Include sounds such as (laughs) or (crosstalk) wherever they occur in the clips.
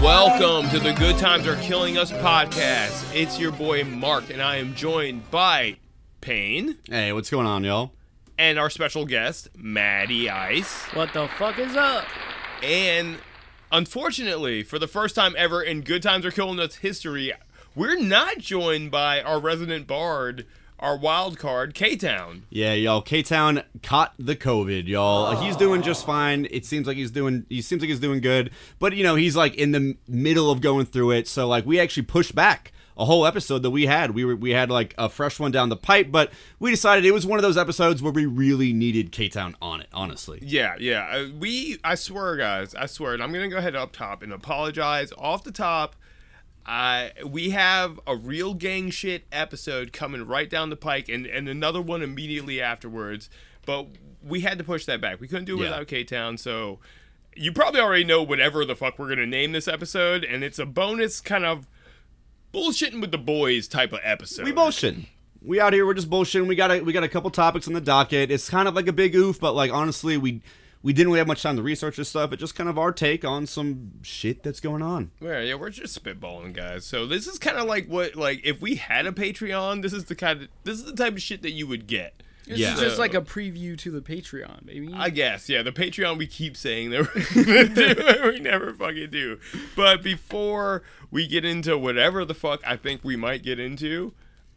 Welcome to the Good Times Are Killing Us podcast. It's your boy Mark, and I am joined by Payne Hey, what's going on, y'all? and our special guest, Maddie Ice. What the fuck is up? And unfortunately, for the first time ever in Good Times Are Killing Us history, we're not joined by our resident bard, our wild card, K Town. Yeah, y'all. K Town caught the COVID, y'all. He's doing just fine. It seems like he's doing. He seems like he's doing good. But you know, he's like in the m- middle of going through it. So like, we actually pushed back a whole episode that we had. We were we had like a fresh one down the pipe, but we decided it was one of those episodes where we really needed K Town on it. Honestly. Yeah, yeah. Uh, We, I swear, guys, I swear. And I'm gonna go ahead up top and apologize off the top. Uh, we have a real gang shit episode coming right down the pike, and and another one immediately afterwards. But we had to push that back. We couldn't do it Yeah. without K Town, so. You probably already know whatever the fuck we're gonna name this episode, and it's a bonus kind of bullshitting with the boys type of episode. We bullshitting. We out here. We're just bullshitting. We got a we got a couple topics on the docket. It's kind of like a big oof, but like honestly, we we didn't really have much time to research this stuff. It's just kind of our take on some shit that's going on. Yeah, yeah, we're just spitballing, guys. So this is kind of like what, like, if we had a Patreon, this is the kind of, this is the type of shit that you would get. This Yeah. is just like a preview to the Patreon, baby. I guess, yeah. The Patreon we keep saying that we're gonna (laughs) do, we never fucking do. But before we get into whatever the fuck I think we might get into,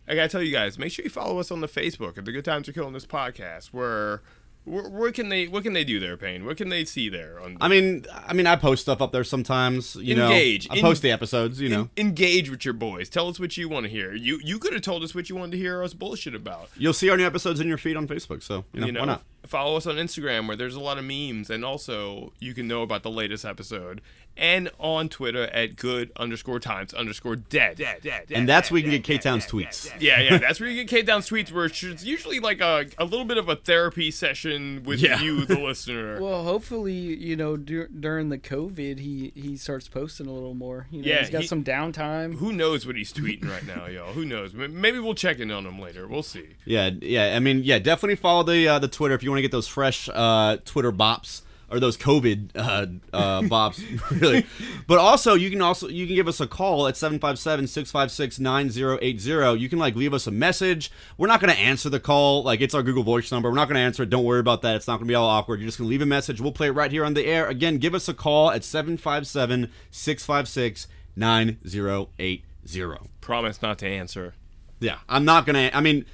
I gotta tell you guys, make sure you follow us on the Facebook at the Good Times Are Killing This podcast. Where, where, where can they, what can they do there, Payne? What can they see there? On I mean, I mean, I post stuff up there sometimes. You Engage. know, I En- post the episodes. You know, engage with your boys. Tell us what you want to hear. You, you could have told us what you wanted to hear us bullshit about. you'll see our new episodes in your feed on Facebook. So you know, you know, why not? follow us on Instagram where there's a lot of memes, and also you can know about the latest episode, and on Twitter at good underscore times underscore dead. And that's where you can get K Town's tweets. Yeah, yeah, that's where you get K Down Tweets, where it's usually like a, a little bit of a therapy session with Yeah. you, (laughs) the listener. Well, hopefully, you know, dur- during the COVID, he he starts posting a little more. You know, Yeah, he's got he- some downtime. Who knows what he's tweeting right now, y'all? Who knows? M- Maybe we'll check in on him later. We'll see. Yeah, yeah. I mean, yeah. Definitely follow the uh, the Twitter if you want to get those fresh uh, Twitter bops or those COVID uh, uh, bops, (laughs) really. But also, you can also you can give us a call at 757-656-9080. You can like leave us a message. We're not gonna answer the call. Like it's our Google Voice number. We're not gonna answer it. Don't worry about that. It's not gonna be all awkward. You're just gonna leave a message. We'll play it right here on the air. Again, give us a call at 757-656-9080. Promise not to answer. Yeah, I'm not gonna. I mean,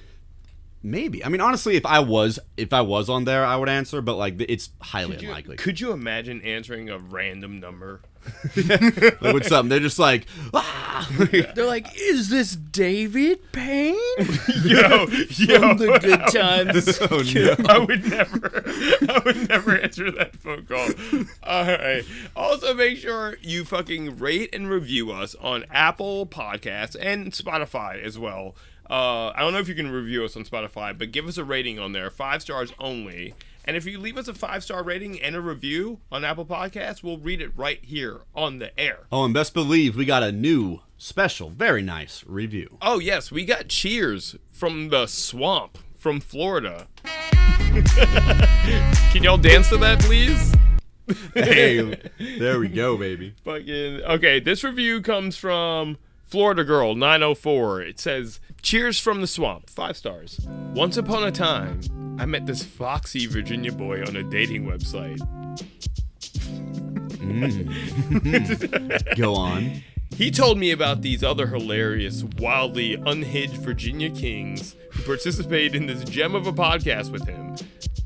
maybe. I mean, honestly, if I was if I was on there, I would answer. But like, it's highly Could you- unlikely. could you imagine answering a random (laughs) number? like, what's up? They're just like, ah! (laughs) They're like, "Is this David (laughs) Payne yo, yo, from the Good Times?" (laughs) oh no. (laughs) I would never, I would never answer that phone call. All right. Also, make sure you fucking rate and review us on Apple Podcasts and Spotify as well. Uh, I don't know if you can review us on Spotify, but give us a rating on there, five stars only. And if you leave us a five star rating and a review on Apple Podcasts, we'll read it right here on the air. Oh, and best believe we got a new special, very nice review. Oh yes, we got cheers from the swamp from Florida. (laughs) Can y'all dance to that, please? (laughs) Hey, there we go, baby. Fucking okay. This review comes from Florida Girl 904. It says, "Cheers from the swamp, five stars." Once upon a time, I met this foxy Virginia boy on a dating website. Go on. He told me about these other hilarious, wildly unhinged Virginia Kings who participate in this gem of a podcast with him.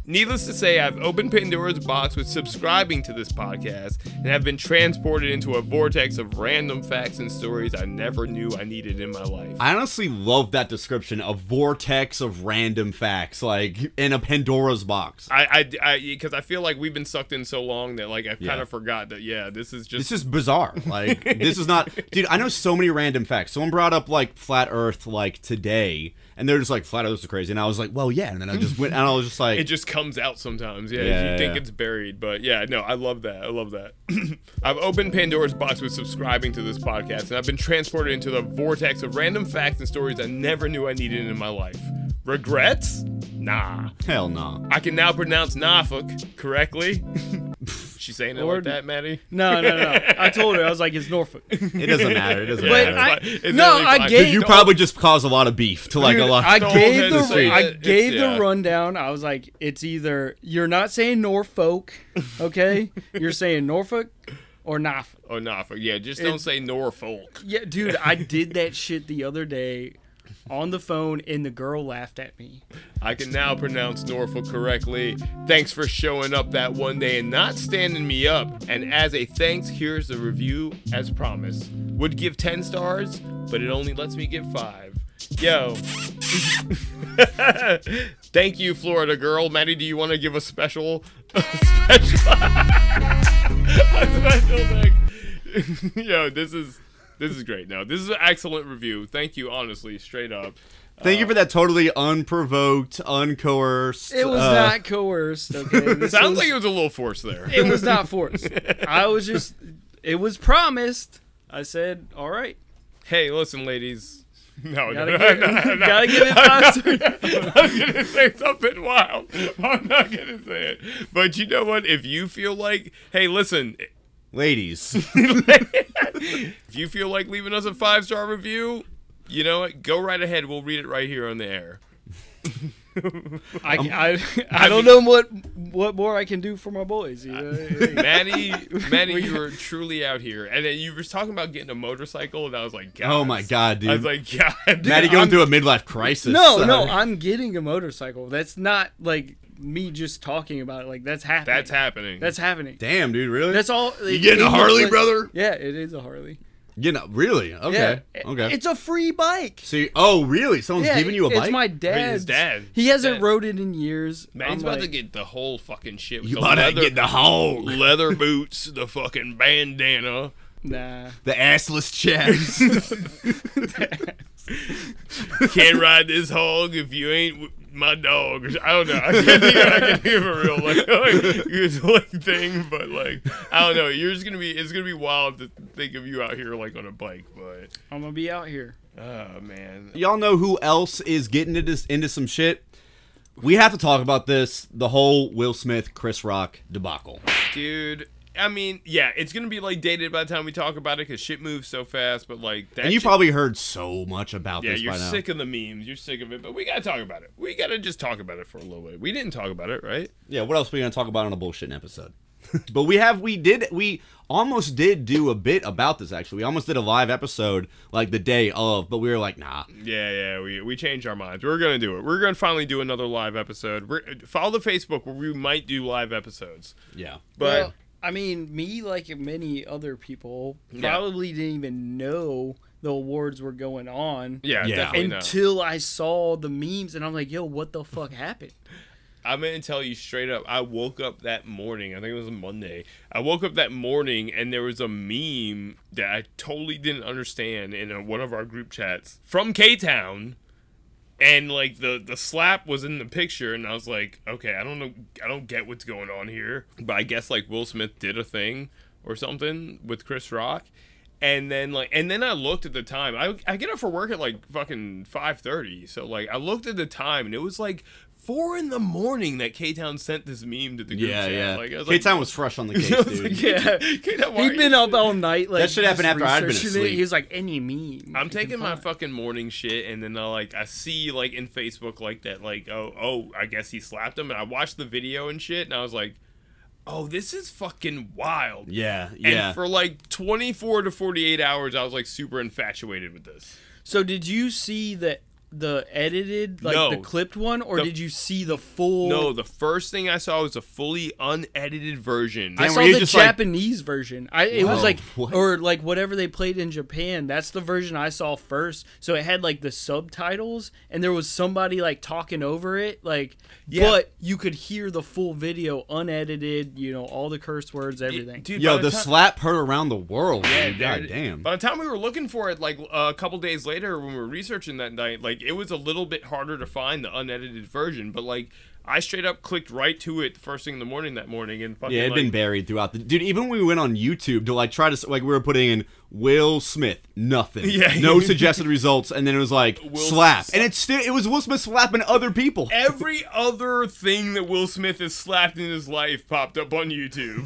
Needless to say, I've opened Pandora's box with subscribing to this podcast and have been transported into a vortex of random facts and stories I never knew I needed in my life. I honestly love that description. A vortex of random facts, like in a Pandora's box. I, I, because I, feel like we've been sucked in so long that like I kind Yeah. of forgot that yeah, this is just This is bizarre. Like this is (laughs) not dude, I know so many random facts. Someone brought up like flat earth like today and they're just like flat earth's are crazy and I was like, "Well, yeah." And then I just went and I was just like it just comes out sometimes. Yeah, Yeah, you yeah, think yeah. it's buried, but yeah, no, I love that. I love that. (clears throat) I've opened Pandora's box with subscribing to this podcast, and I've been transported into the vortex of random facts and stories I never knew I needed in my life. Regrets? Nah. hell no. I can now pronounce Norfolk correctly. (laughs) She saying it Or- like that, Maddie? No, no, no. I told her I was like, it's Norfolk. (laughs) It doesn't matter. It doesn't But matter. Yeah, I, it's like- it's no, really I fine. gave you probably just cause a lot of beef to like dude, a lot. I I, Don't gave hesitate. the I It's- gave yeah. the rundown. I was like, it's either you're not saying Norfolk, (laughs) okay? you're saying Norfolk or Norfolk. Oh, Norfolk. Yeah, just don't It- say Norfolk. Yeah, dude, I did that shit the other day on the phone, and the girl laughed at me. I can now pronounce Norfolk correctly. Thanks for showing up that one day and not standing me up. And as a thanks, here's the review as promised. Would give 10 stars, but it only lets me give 5. Yo. (laughs) Thank you, Florida girl. Maddie, do you want to give a special (laughs) a special, (laughs) a special thanks? (laughs) Yo, this is this is great. No, this is an excellent review. Thank you, honestly, straight up. Thank you for that totally unprovoked, uncoerced. It was uh, not coerced. Okay, (laughs) This Sounds was- like it was a little forced there. (laughs) it was not forced. I was just, it was promised. I said, all right, Hey, listen, ladies. (laughs) No, no, no, gotta give, no, no, no. gotta give it five stars. (laughs) I was gonna say something wild. I'm not gonna say it. But you know what? If you feel like, hey, listen, (laughs) (laughs) ladies. (laughs) if you feel like leaving us a five star review, you know what? Go right ahead. We'll read it right here on the air. I, (laughs) I, I don't know what what more I can do for my boys. You (laughs) know? Maddie, Maddie, you were truly out here, and then you were talking about getting a motorcycle, and I was like, God. oh my god, dude. I was like, God, Maddie going through a midlife crisis. no, Uh, no, I'm getting a motorcycle. That's not like me just talking about it. Like that's happening. that's happening. That's happening. damn, dude, really? That's all. you getting a Harley, brother? Yeah, it is a Harley. You know, really? Okay, Yeah. okay. It's a free bike. so, you, oh, really? Someone's yeah, giving you a bike? It's my dad's. dad. He hasn't Dad. rode it in years. Maddie's I'm about to like- get the whole fucking shit. With you the better leather, get the hog, leather boots, the fucking bandana. Nah. the assless chaps. can't ride this hog if you ain't w- my dog. or s- I don't know. I can't think I can think of a real like, like, (laughs) it's, like thing, but like I don't know. You're just gonna be it's gonna be wild to think of you out here like on a bike, but I'm gonna be out here. oh man, Y'all know who else is getting into into some shit? We have to talk about this. The whole Will Smith, Chris Rock debacle. dude. I mean, yeah, it's gonna be like dated by the time we talk about it because shit moves so fast. But like that, And you shit- probably heard so much about yeah, this you're by now. sick of the memes. You're sick of it, but we gotta talk about it. We gotta just talk about it for a little bit. We didn't talk about it, right? Yeah, what else are we gonna talk about on a bullshitting episode? (laughs) but we have we did we almost did do a bit about this actually. We almost did a live episode like the day of, but we were like, nah. Yeah, yeah, we, we changed our minds. We're gonna do it. We're gonna finally do another live episode. We're, follow the Facebook where we might do live episodes. Yeah. But Well, I mean, me like many other people Yeah. probably didn't even know the awards were going on yeah, Yeah. definitely not. until I saw the memes, and I'm like, "Yo, what the fuck happened?" I'm gonna tell you straight up. I woke up that morning. I think it was Monday. I woke up that morning and there was a meme that I totally didn't understand in a, one of our group chats from K Town, and like the the slap was in the picture, and I was like, okay, I don't know, I don't get what's going on here, but I guess like Will Smith did a thing or something with Chris Rock. And then like, and then I looked at the time. I, I get up for work at like fucking five thirty. So like, I looked at the time, and it was like four in the morning that K Town sent this meme to the group Yeah, chat. yeah. Like, I was K Town like, was fresh on the (laughs) case, I was dude. like, Yeah. K Town, He'd been up all night. Like That shit happened just after I'd been researching it. asleep. He was like, "Any meme." I'm you can taking my find." fucking morning shit, and then I like I see like in Facebook like that like oh oh I guess he slapped him, and I watched the video and shit, and I was like, oh this is fucking wild. yeah, And yeah. for like 24 to 48 hours, I was like super infatuated with this. So did you see the the edited like No. the clipped one, or The- did you see the full? No, the first thing I saw was a fully unedited version. I Damn, saw were you the just like- Japanese version. I it was Whoa, like what? or like whatever they played in Japan. That's the version I saw first. So it had like the subtitles and there was somebody like talking over it like Yeah. but you could hear the full video unedited, you know, all the curse words, everything. Dude, Yo, by the ti- slap heard around the world, dude. Yeah, God dude. damn. By the time we were looking for it, like a couple days later, when we were researching that night, like it was a little bit harder to find the unedited version. But like, I straight up clicked right to it first thing in the morning that morning and fucking Yeah, it'd like, been buried throughout the dude. Even when we went on YouTube to like try to s- like we were putting in Will Smith, (laughs) nothing, Yeah. no suggested results, and then it was like (laughs) Will slap, Smith. and it's still it was Will Smith slapping other people. every other thing that Will Smith has slapped in his life popped up on YouTube.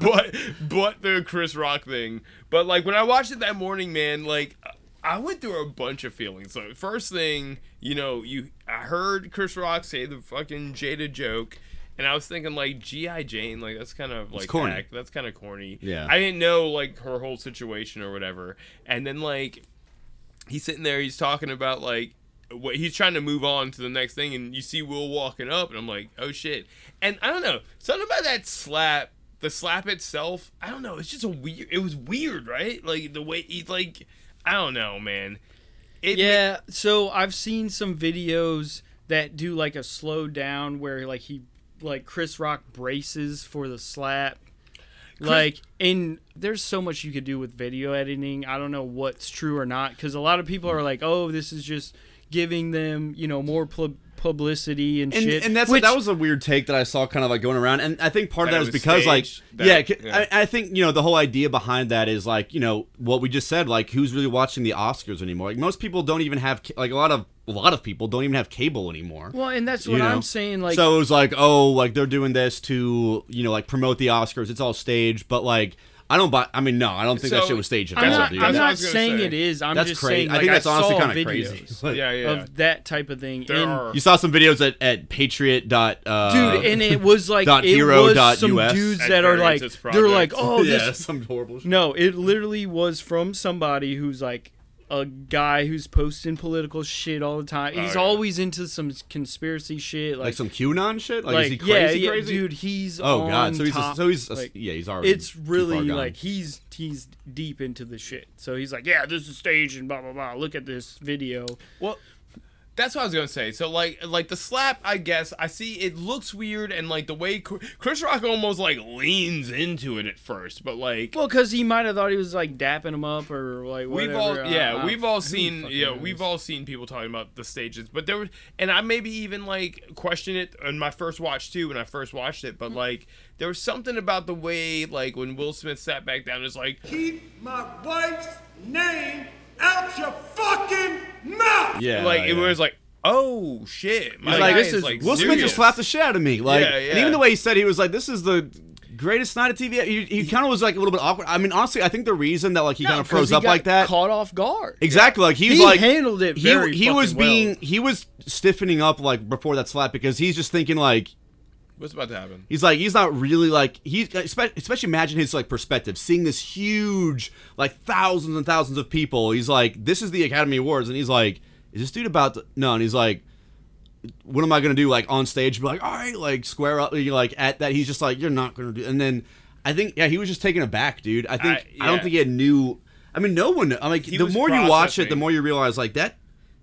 (laughs) but but the Chris Rock thing. But like when I watched it that morning, man, like I went through a bunch of feelings. So first thing, you know, you I heard Chris Rock say the fucking Jada joke. And I was thinking, like GI Jane, like that's kind of like corny. hack, that's kind of corny. Yeah. I didn't know like her whole situation or whatever. And then like he's sitting there, he's talking about like what he's trying to move on to the next thing, and you see Will walking up, and I'm like, oh shit. And I don't know, something about that slap, the slap itself, I don't know, it's just a weird. It was weird, right? Like the way he's like, I don't know, man. It Yeah, so I've seen some videos that do like a slow down where like he like Chris Rock braces for the slap. Like and there's so much you could do with video editing. I don't know what's true or not cuz a lot of people are like, "Oh, this is just giving them, you know, more pub- publicity and, and, shit." and that's which, that was a weird take that I saw kind of like going around, and I think part of That that was it was because staged, like that- yeah, c- yeah. I, I think you know the whole idea behind that is like you know what we just said like who's really watching the Oscars anymore? Like most people don't even have ca- like a lot of a lot of people don't even have cable anymore. Well, and that's you what know? I'm saying like so it was like oh like they're doing this to you know like promote the Oscars. It's all staged, but like I don't buy. I mean no, I don't think that So, shit was staged at I'm all, not, dude. I'm That's what I not was gonna saying say. it is. I'm that's just crazy. saying like, I think that's honestly saw kind of crazy. (laughs) videos Like, yeah, yeah. of that type of thing. there and- are You saw some videos at at Patriot dot uh, dude (laughs) and it was like dot it hero was dot some US. dudes At that are like variance, it's they're like projects. oh (laughs) this yeah, some horrible. Shit. no it literally was from somebody who's like a guy who's posting political shit all the time he's Oh, yeah. always into some conspiracy shit like, like some QAnon shit. Like, like, is he yeah, crazy? yeah crazy? dude he's oh on god, so he's a, top. so he's a, like, yeah, he's already. it's too far really gone. like he's he's deep into the shit so he's like yeah this is staged and blah blah blah look at this video Well, that's what I was gonna say. So like, like the slap, I guess I see it looks weird, and like the way Chr- Chris Rock almost like leans into it at first, but like well because he might have thought he was like dapping him up or like whatever. we've all I- yeah I- uh, we've all who seen fucking yeah knows? we've all seen people talking about the stages, but there was and I maybe even like questioned it on my first watch too when I first watched it, Hmm. but like there was something about the way like when Will Smith sat back down, it's like Keep my wife's name out your fucking mouth! yeah, like it yeah. was like oh shit, my He's guy like this is like Will Smith serious. just slapped the shit out of me. Like, Yeah, and yeah. even the way he said he was like, this is the. Greatest night of TV. He, he kind of was like a little bit awkward. I mean, honestly, I think the reason that like he kind of 'cause froze he up got like that caught off guard. Exactly. Like he's He like handled it very he he was fucking well. being he was stiffening up like before that slap because he's just thinking like What's about to happen? He's like, he's not really like he's espe- especially imagine his like perspective, seeing this huge like thousands and thousands of people. He's like, this is the Academy Awards, and he's like, is this dude about to? No, and he's like, what am I gonna do? Like on stage, be like, all right, like square up, you know, like at that. He's just like, you're not gonna do. And then I think yeah, he was just taken aback, dude. I think I- I don't yeah. think he had knew. I mean, no one. I mean, the was more you watch it, the processing. more you realize like that.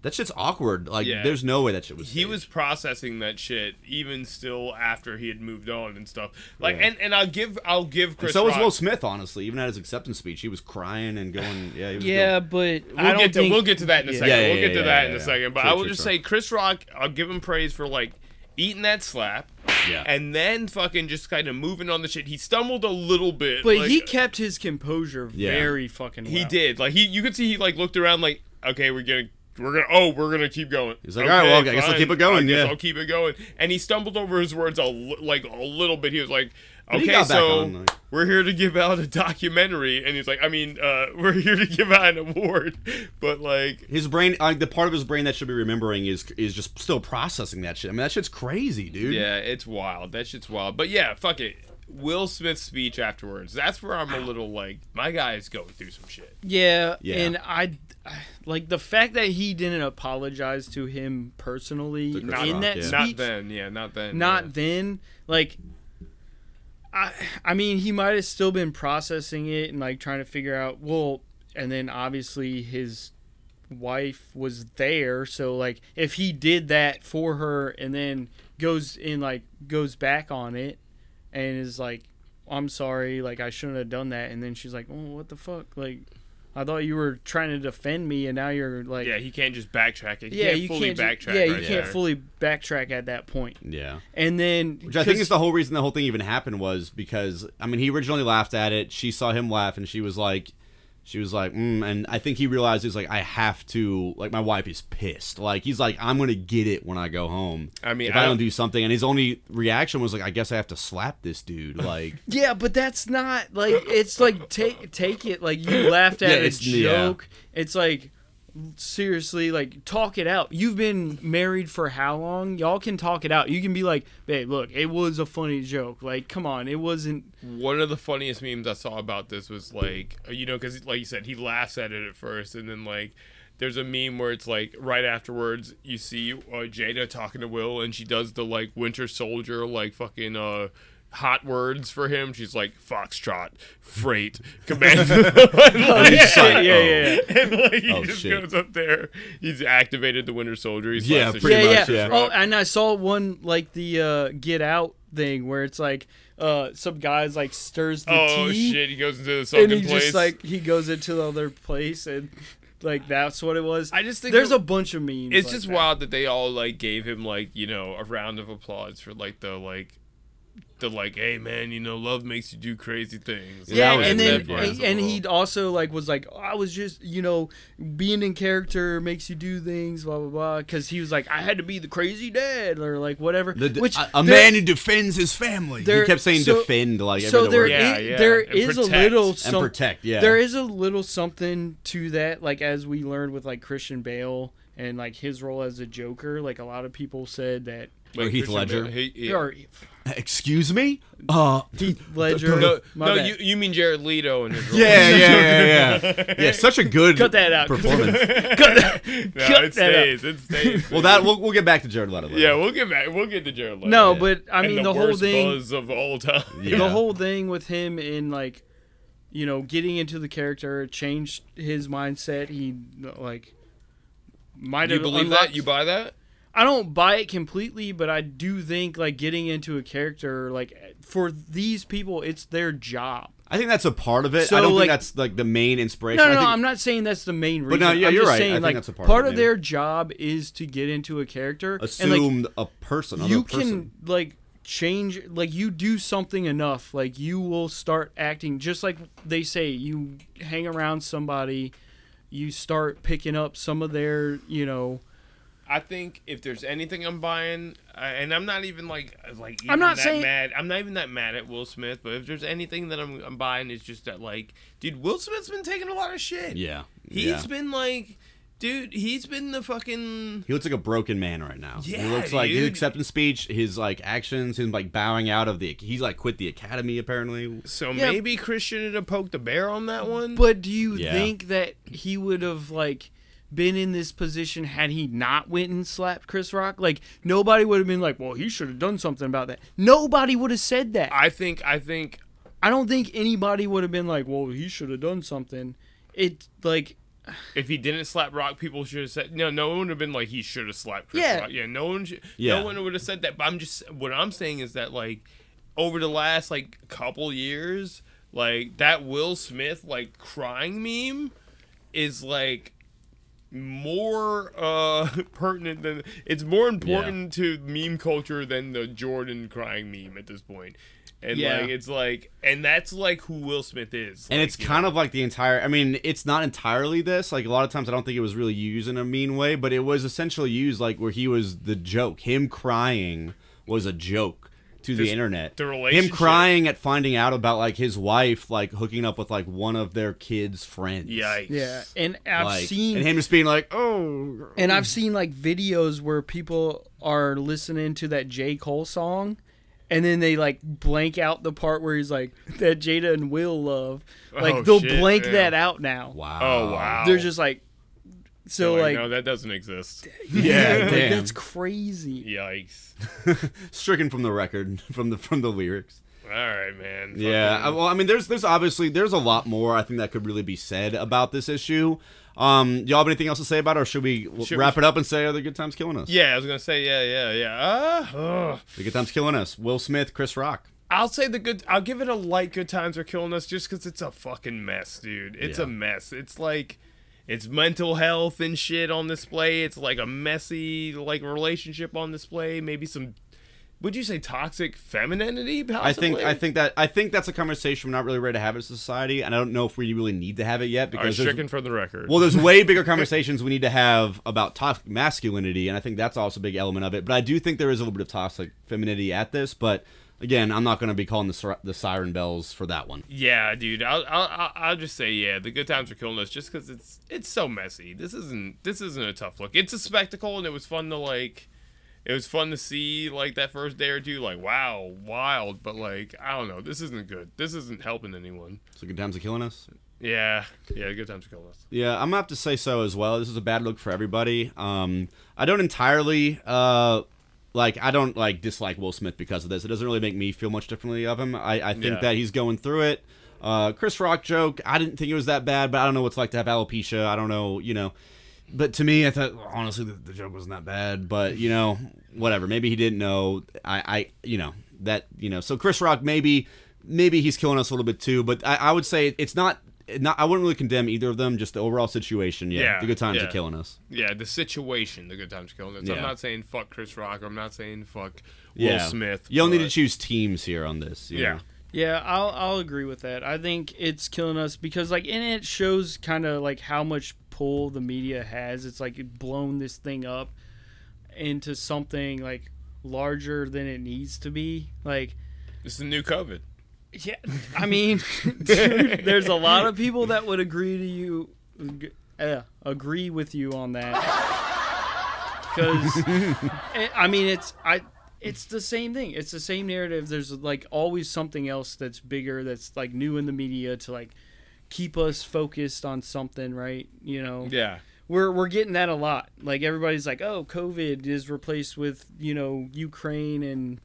That shit's awkward. Like, Yeah. there's no way that shit was. he staged. was processing that shit even still after he had moved on and stuff. Like, Yeah. and and I'll give I'll give Chris. so was Rock- Will Smith, honestly. Even at his acceptance speech, he was crying and going, "Yeah, he was Yeah, Going, but We'll I don't get to think we'll get to that in a second. Yeah, yeah, we'll get yeah, to that yeah, in a yeah. second. But True, I will true, just true. say Chris Rock. I'll give him praise for like eating that slap. Yeah. And then fucking just kind of moving on the shit. He stumbled a little bit. But like, he kept his composure Yeah. very fucking. Well. he did. Like he, you could see he like looked around like, okay, we're gonna. We're gonna oh we're gonna keep going. He's like, "All right, well, I guess I'll fine. keep it going, I guess yeah." I'll keep it going. And he stumbled over his words a li- like a little bit. He was like, he okay, got back so on, like- we're here to give out a documentary, and he's like, I mean, uh, (laughs) we're here to give out an award, but like, his brain, like the part of his brain that should be remembering is is just still processing that shit. I mean, that shit's crazy, dude. yeah, it's wild. That shit's wild. But yeah, fuck it. Will Smith's speech afterwards. That's where I'm a little like, my guy is going through some shit. Yeah, Yeah. and I like the fact that he didn't apologize to him personally in Chris Rock, that yeah. speech. Not then, yeah, not then. not yeah. then like i i mean he might have still been processing it and like trying to figure out well and then obviously his wife was there so like if he did that for her and then goes in like goes back on it and is like i'm sorry like i shouldn't have done that and then she's like oh what the fuck like I thought you were trying to defend me, and now you're like, Yeah, he can't just backtrack. He yeah, can't you fully can't, ju- backtrack. yeah, you right can't there. fully backtrack at that point. Yeah. And then, Which I think 'cause- is the whole reason the whole thing even happened was because I mean he originally laughed at it. She saw him laugh and she was like, she was like, mm, and I think he realized he was like, I have to like my wife is pissed. Like he's like, I'm gonna get it when I go home. I mean, if I I, don't don't- do something, and his only reaction was like, I guess I have to slap this dude. Like Yeah, but that's not like it's like take take it like you laughed at Yeah, a it's- yeah. joke. It's like seriously, like talk it out. You've been married for how long? Y'all can talk it out. You can be like, babe, look, it was a funny joke. Like, come on, it wasn't. One of the funniest memes I saw about this was like, you know, because like you said, he laughs at it at first, and then like, there's a meme where it's like right afterwards, you see uh, Jada talking to Will, and she does the like Winter Soldier like fucking uh, hot words for him. She's like foxtrot, freight, command. (laughs) (laughs) Oh, Like, shit. (laughs) yeah, yeah, yeah. and like he Oh, just shit. goes up there. He's activated the Winter Soldier. He's Yeah, pretty yeah, much, yeah. yeah. Oh, and I saw one like the uh, Get Out thing where it's like uh, some guys like stirs the Oh tea shit! He goes into the sunken and he place. just like he goes into the other place and like that's what it was. I just think there's that- a bunch of memes. it's like just that. wild that they all like gave him like you know a round of applause for like the like the like hey man you know love makes you do crazy things Yeah, That was and then good, yeah. and, and he also like was like, "Oh, I was just you know being in character makes you do things, blah blah blah, because he was like, I had to be the crazy dad or like whatever. the, the- which a, a there- man who defends his family. there- he kept saying so- defend like So every there there is Yeah. yeah, there and is a protect. little And some, protect, yeah. There is a little something to that, like as we learned with like Christian Bale and like his role as a Joker. Like a lot of people said that. Or Heath Ledger. Or Excuse me. Uh, Heath (laughs) Ledger. no, my no bad. you, you mean Jared Leto (laughs) and his role. (laughs) yeah, yeah, yeah, yeah. Yeah, such a good Cut that out. performance. (laughs) cut that, no, cut it that out. stays it (laughs) stays well, that we'll, we'll get back to Jared Leto. Later. yeah we'll get back we'll get to Jared Leto No, but I And mean the, the, whole worst thing, buzz of all time Yeah. the whole thing with him in like, you know, getting into the character it changed his mindset. He like (laughs) might you have believe that unlocked- you buy that I don't buy it completely, but I do think like getting into a character like for these people, it's their job. I think that's a part of it. So, I don't like- think that's like the main inspiration. No, no, I no, think, I'm not saying that's the main reason. But no, yeah, I'm you're just right. I Saying, think like, that's a part of part it, of yeah. their job is to get into a character and like assumed a person. Another you person. can like change like you do something enough like you will start acting just like they say you hang around somebody you start picking up some of their you know I think if there's anything I'm buying, uh, and I'm not even like like even I'm not that saying- mad. I'm not even that mad at Will Smith, but if there's anything that I'm, I'm buying, it's just that like, dude, Will Smith's been taking a lot of shit. Yeah, he's yeah. been like, dude, he's been the fucking. He looks like a broken man right now. he Yeah, looks like his dude. acceptance speech, his like actions, him like bowing out of the. He's like quit the academy apparently. So Yeah. maybe Christian should have poked the bear on that one. but do you Yeah. think that he would have like been in this position had he not went and slapped Chris Rock like nobody would have been like well he should have done something about that nobody would have said that I think I think I don't think anybody would have been like well he should have done something it like if he didn't slap Rock, people should have said no. No one would have been like he should have slapped Chris Yeah. Rock. Yeah, no one. Should, Yeah. no one would have said that. But I'm just what I'm saying is that like over the last like couple years, like that Will Smith like crying meme is like more uh (laughs) pertinent than it's more important to meme culture than the Jordan crying meme at this point. And Yeah. like it's like and that's like who Will Smith is. And Like, it's you know? kind of like the entire. I mean, it's not entirely this. Like a lot of times, I don't think it was really used in a mean way, but it was essentially used like where he was the joke. Him crying was a joke to the This- internet. the Him relationship. crying at finding out about like his wife like hooking up with like one of their kids' friends. yikes. Yeah, and I've Like, and seen and, him just being like, oh, I've seen like videos where people are listening to that J Cole song, and then they like blank out the part where he's like (laughs) that Jada and Will love, like Oh, they'll shit, blank yeah. that out now. wow, Oh wow. Um, They're just like, so Like, like, (laughs) no, that doesn't exist. (laughs) yeah, like, damn. that's crazy. Yikes! stricken from the record (laughs) from the from the lyrics. All right, man. Yeah, I, Fucking- well, I mean, there's there's obviously there's a lot more I think that could really be said about this issue. Um, y'all have anything else to say about, it, or should we w Should wrap it up and say, "Are the good times killing us? yeah, I was gonna say yeah, yeah, yeah. Uh, ugh. The good times killing us." Will Smith, Chris Rock. I'll say the good. I'll give it a light. Good times are killing us, just because it's a fucking mess, dude. It's Yeah. a mess. It's like, it's mental health and shit on display. It's like a messy like relationship on display. Maybe some. Would you say toxic femininity? Possibly? I think I think that I think that's a conversation we're not really ready to have as a society, and I don't know if we really need to have it yet All right, because there's- stricken from the record. well, (laughs) there's way bigger conversations we need to have about toxic masculinity, and I think that's also a big element of it. But I do think there is a little bit of toxic femininity at this, but again, I'm not going to be calling the sir- the siren bells for that one. Yeah, dude. I'll, I'll I'll- I'll just say yeah. The good times are killing us just because it's it's so messy. This isn't this isn't a tough look. It's a spectacle, and it was fun to like. It was fun to see like that first day or two. Like wow, wild. But like I don't know. This isn't good. This isn't helping anyone. So good times are killing us. Yeah, yeah. The good times are killing us. Yeah, I'm gonna have to say so as well. This is a bad look for everybody. Um, I don't entirely uh, like I don't like dislike Will Smith because of this. It doesn't really make me feel much differently of him. I, I think Yeah. that he's going through it. Uh, Chris Rock joke. I didn't think it was that bad, but I don't know what it's like to have alopecia. I don't know, you know. But to me, I thought honestly the, the joke wasn't that bad. But you know, whatever. Maybe he didn't know. I, I, you know that you know. So Chris Rock, maybe, maybe he's killing us a little bit too. But I, I would say it's not. Not, I wouldn't really condemn either of them. Just the overall situation. Yeah, Yeah, the good times yeah. are killing us. Yeah, the situation. The good times are killing us. Yeah. I'm not saying fuck Chris Rock. I'm not saying fuck Will Yeah. Smith. You'll need to but- choose teams here on this. you Yeah. know? Yeah, I'll I'll agree with that. I think it's killing us because like and it shows kind of like how much pull the media has. It's like it blown this thing up into something like larger than it needs to be. Like It's the new COVID. yeah, I mean, (laughs) dude, there's a lot of people that would agree to you uh, agree with you on that. (laughs) Cuz I mean, it's I it's the same thing. It's the same narrative. There's like always something else that's bigger that's like new in the media to like keep us focused on something, right? You know Yeah. we're we're getting that a lot. Like everybody's like, "Oh, COVID is replaced with you know Ukraine and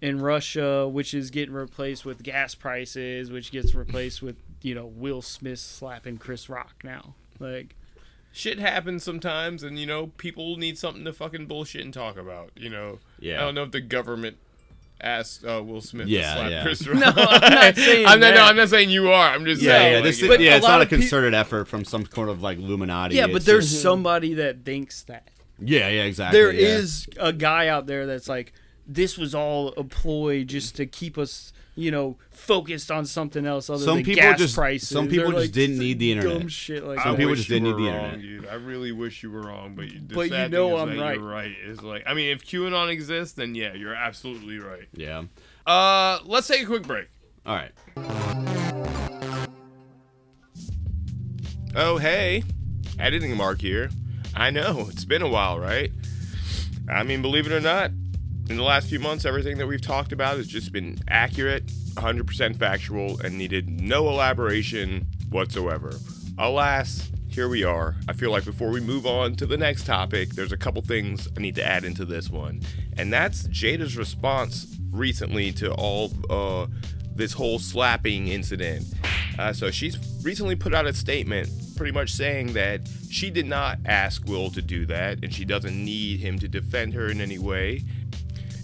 and Russia, which is getting replaced with gas prices, which gets replaced with you know Will Smith slapping Chris Rock now." Like, (laughs) shit happens sometimes and you know people need something to fucking bullshit and talk about you know Yeah. i don't know if the government asked uh, will smith Yeah, to slap (laughs) yeah. chris Rock. no, (laughs) I'm not saying i'm not no, that. i'm not saying you are i'm just Yeah, saying yeah. like, This is, it- yeah, a it's lot not a of peo- concerted effort from some sort of like Illuminati. yeah, but It's there's just- somebody that thinks that. yeah, yeah, exactly. There is yeah. a guy out there that's like this was all a ploy just to keep us you know focused on something else other Some than people gas just- prices some people They're just like, didn't need the internet. dumb shit like I that. people wish just you didn't need were the wrong, internet. Dude. I really wish you were wrong, but you, the But you sad thing know is I'm that right. You're right. Is like, I mean, if QAnon exists, then yeah, you're absolutely right. Yeah. Uh, let's take a quick break. All right. Oh, hey. Editing Mark here. I know, it's been a while, right? I mean, believe it or not, in the last few months, everything that we've talked about has just been accurate, 100% factual, and needed no elaboration whatsoever. Alas, here we are. I feel like before we move on to the next topic, there's a couple things I need to add into this one, and that's Jada's response recently to all uh, this whole slapping incident. Uh, so she's recently put out a statement pretty much saying that she did not ask Will to do that and she doesn't need him to defend her in any way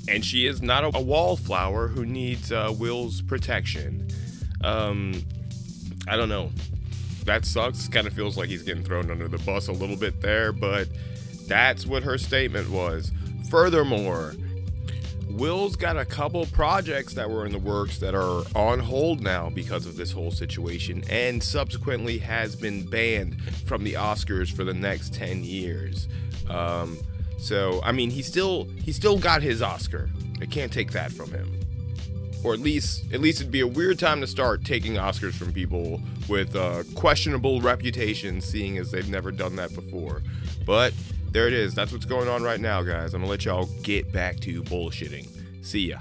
and she is not a, a wallflower who needs uh, Will's protection. Um, I don't know. That sucks. Kind of feels like he's getting thrown under the bus a little bit there, but that's what her statement was. Furthermore, Will's got a couple projects that were in the works that are on hold now because of this whole situation, and subsequently has been banned from the Oscars for the next 10 years. Um, so, I mean, he still he still got his Oscar. They can't take that from him or at least at least it'd be a weird time to start taking Oscars from people with uh, questionable reputations, seeing as they've never done that before. But there it is. That's what's going on right now, guys. I'm gonna let y'all get back to bullshitting. See ya.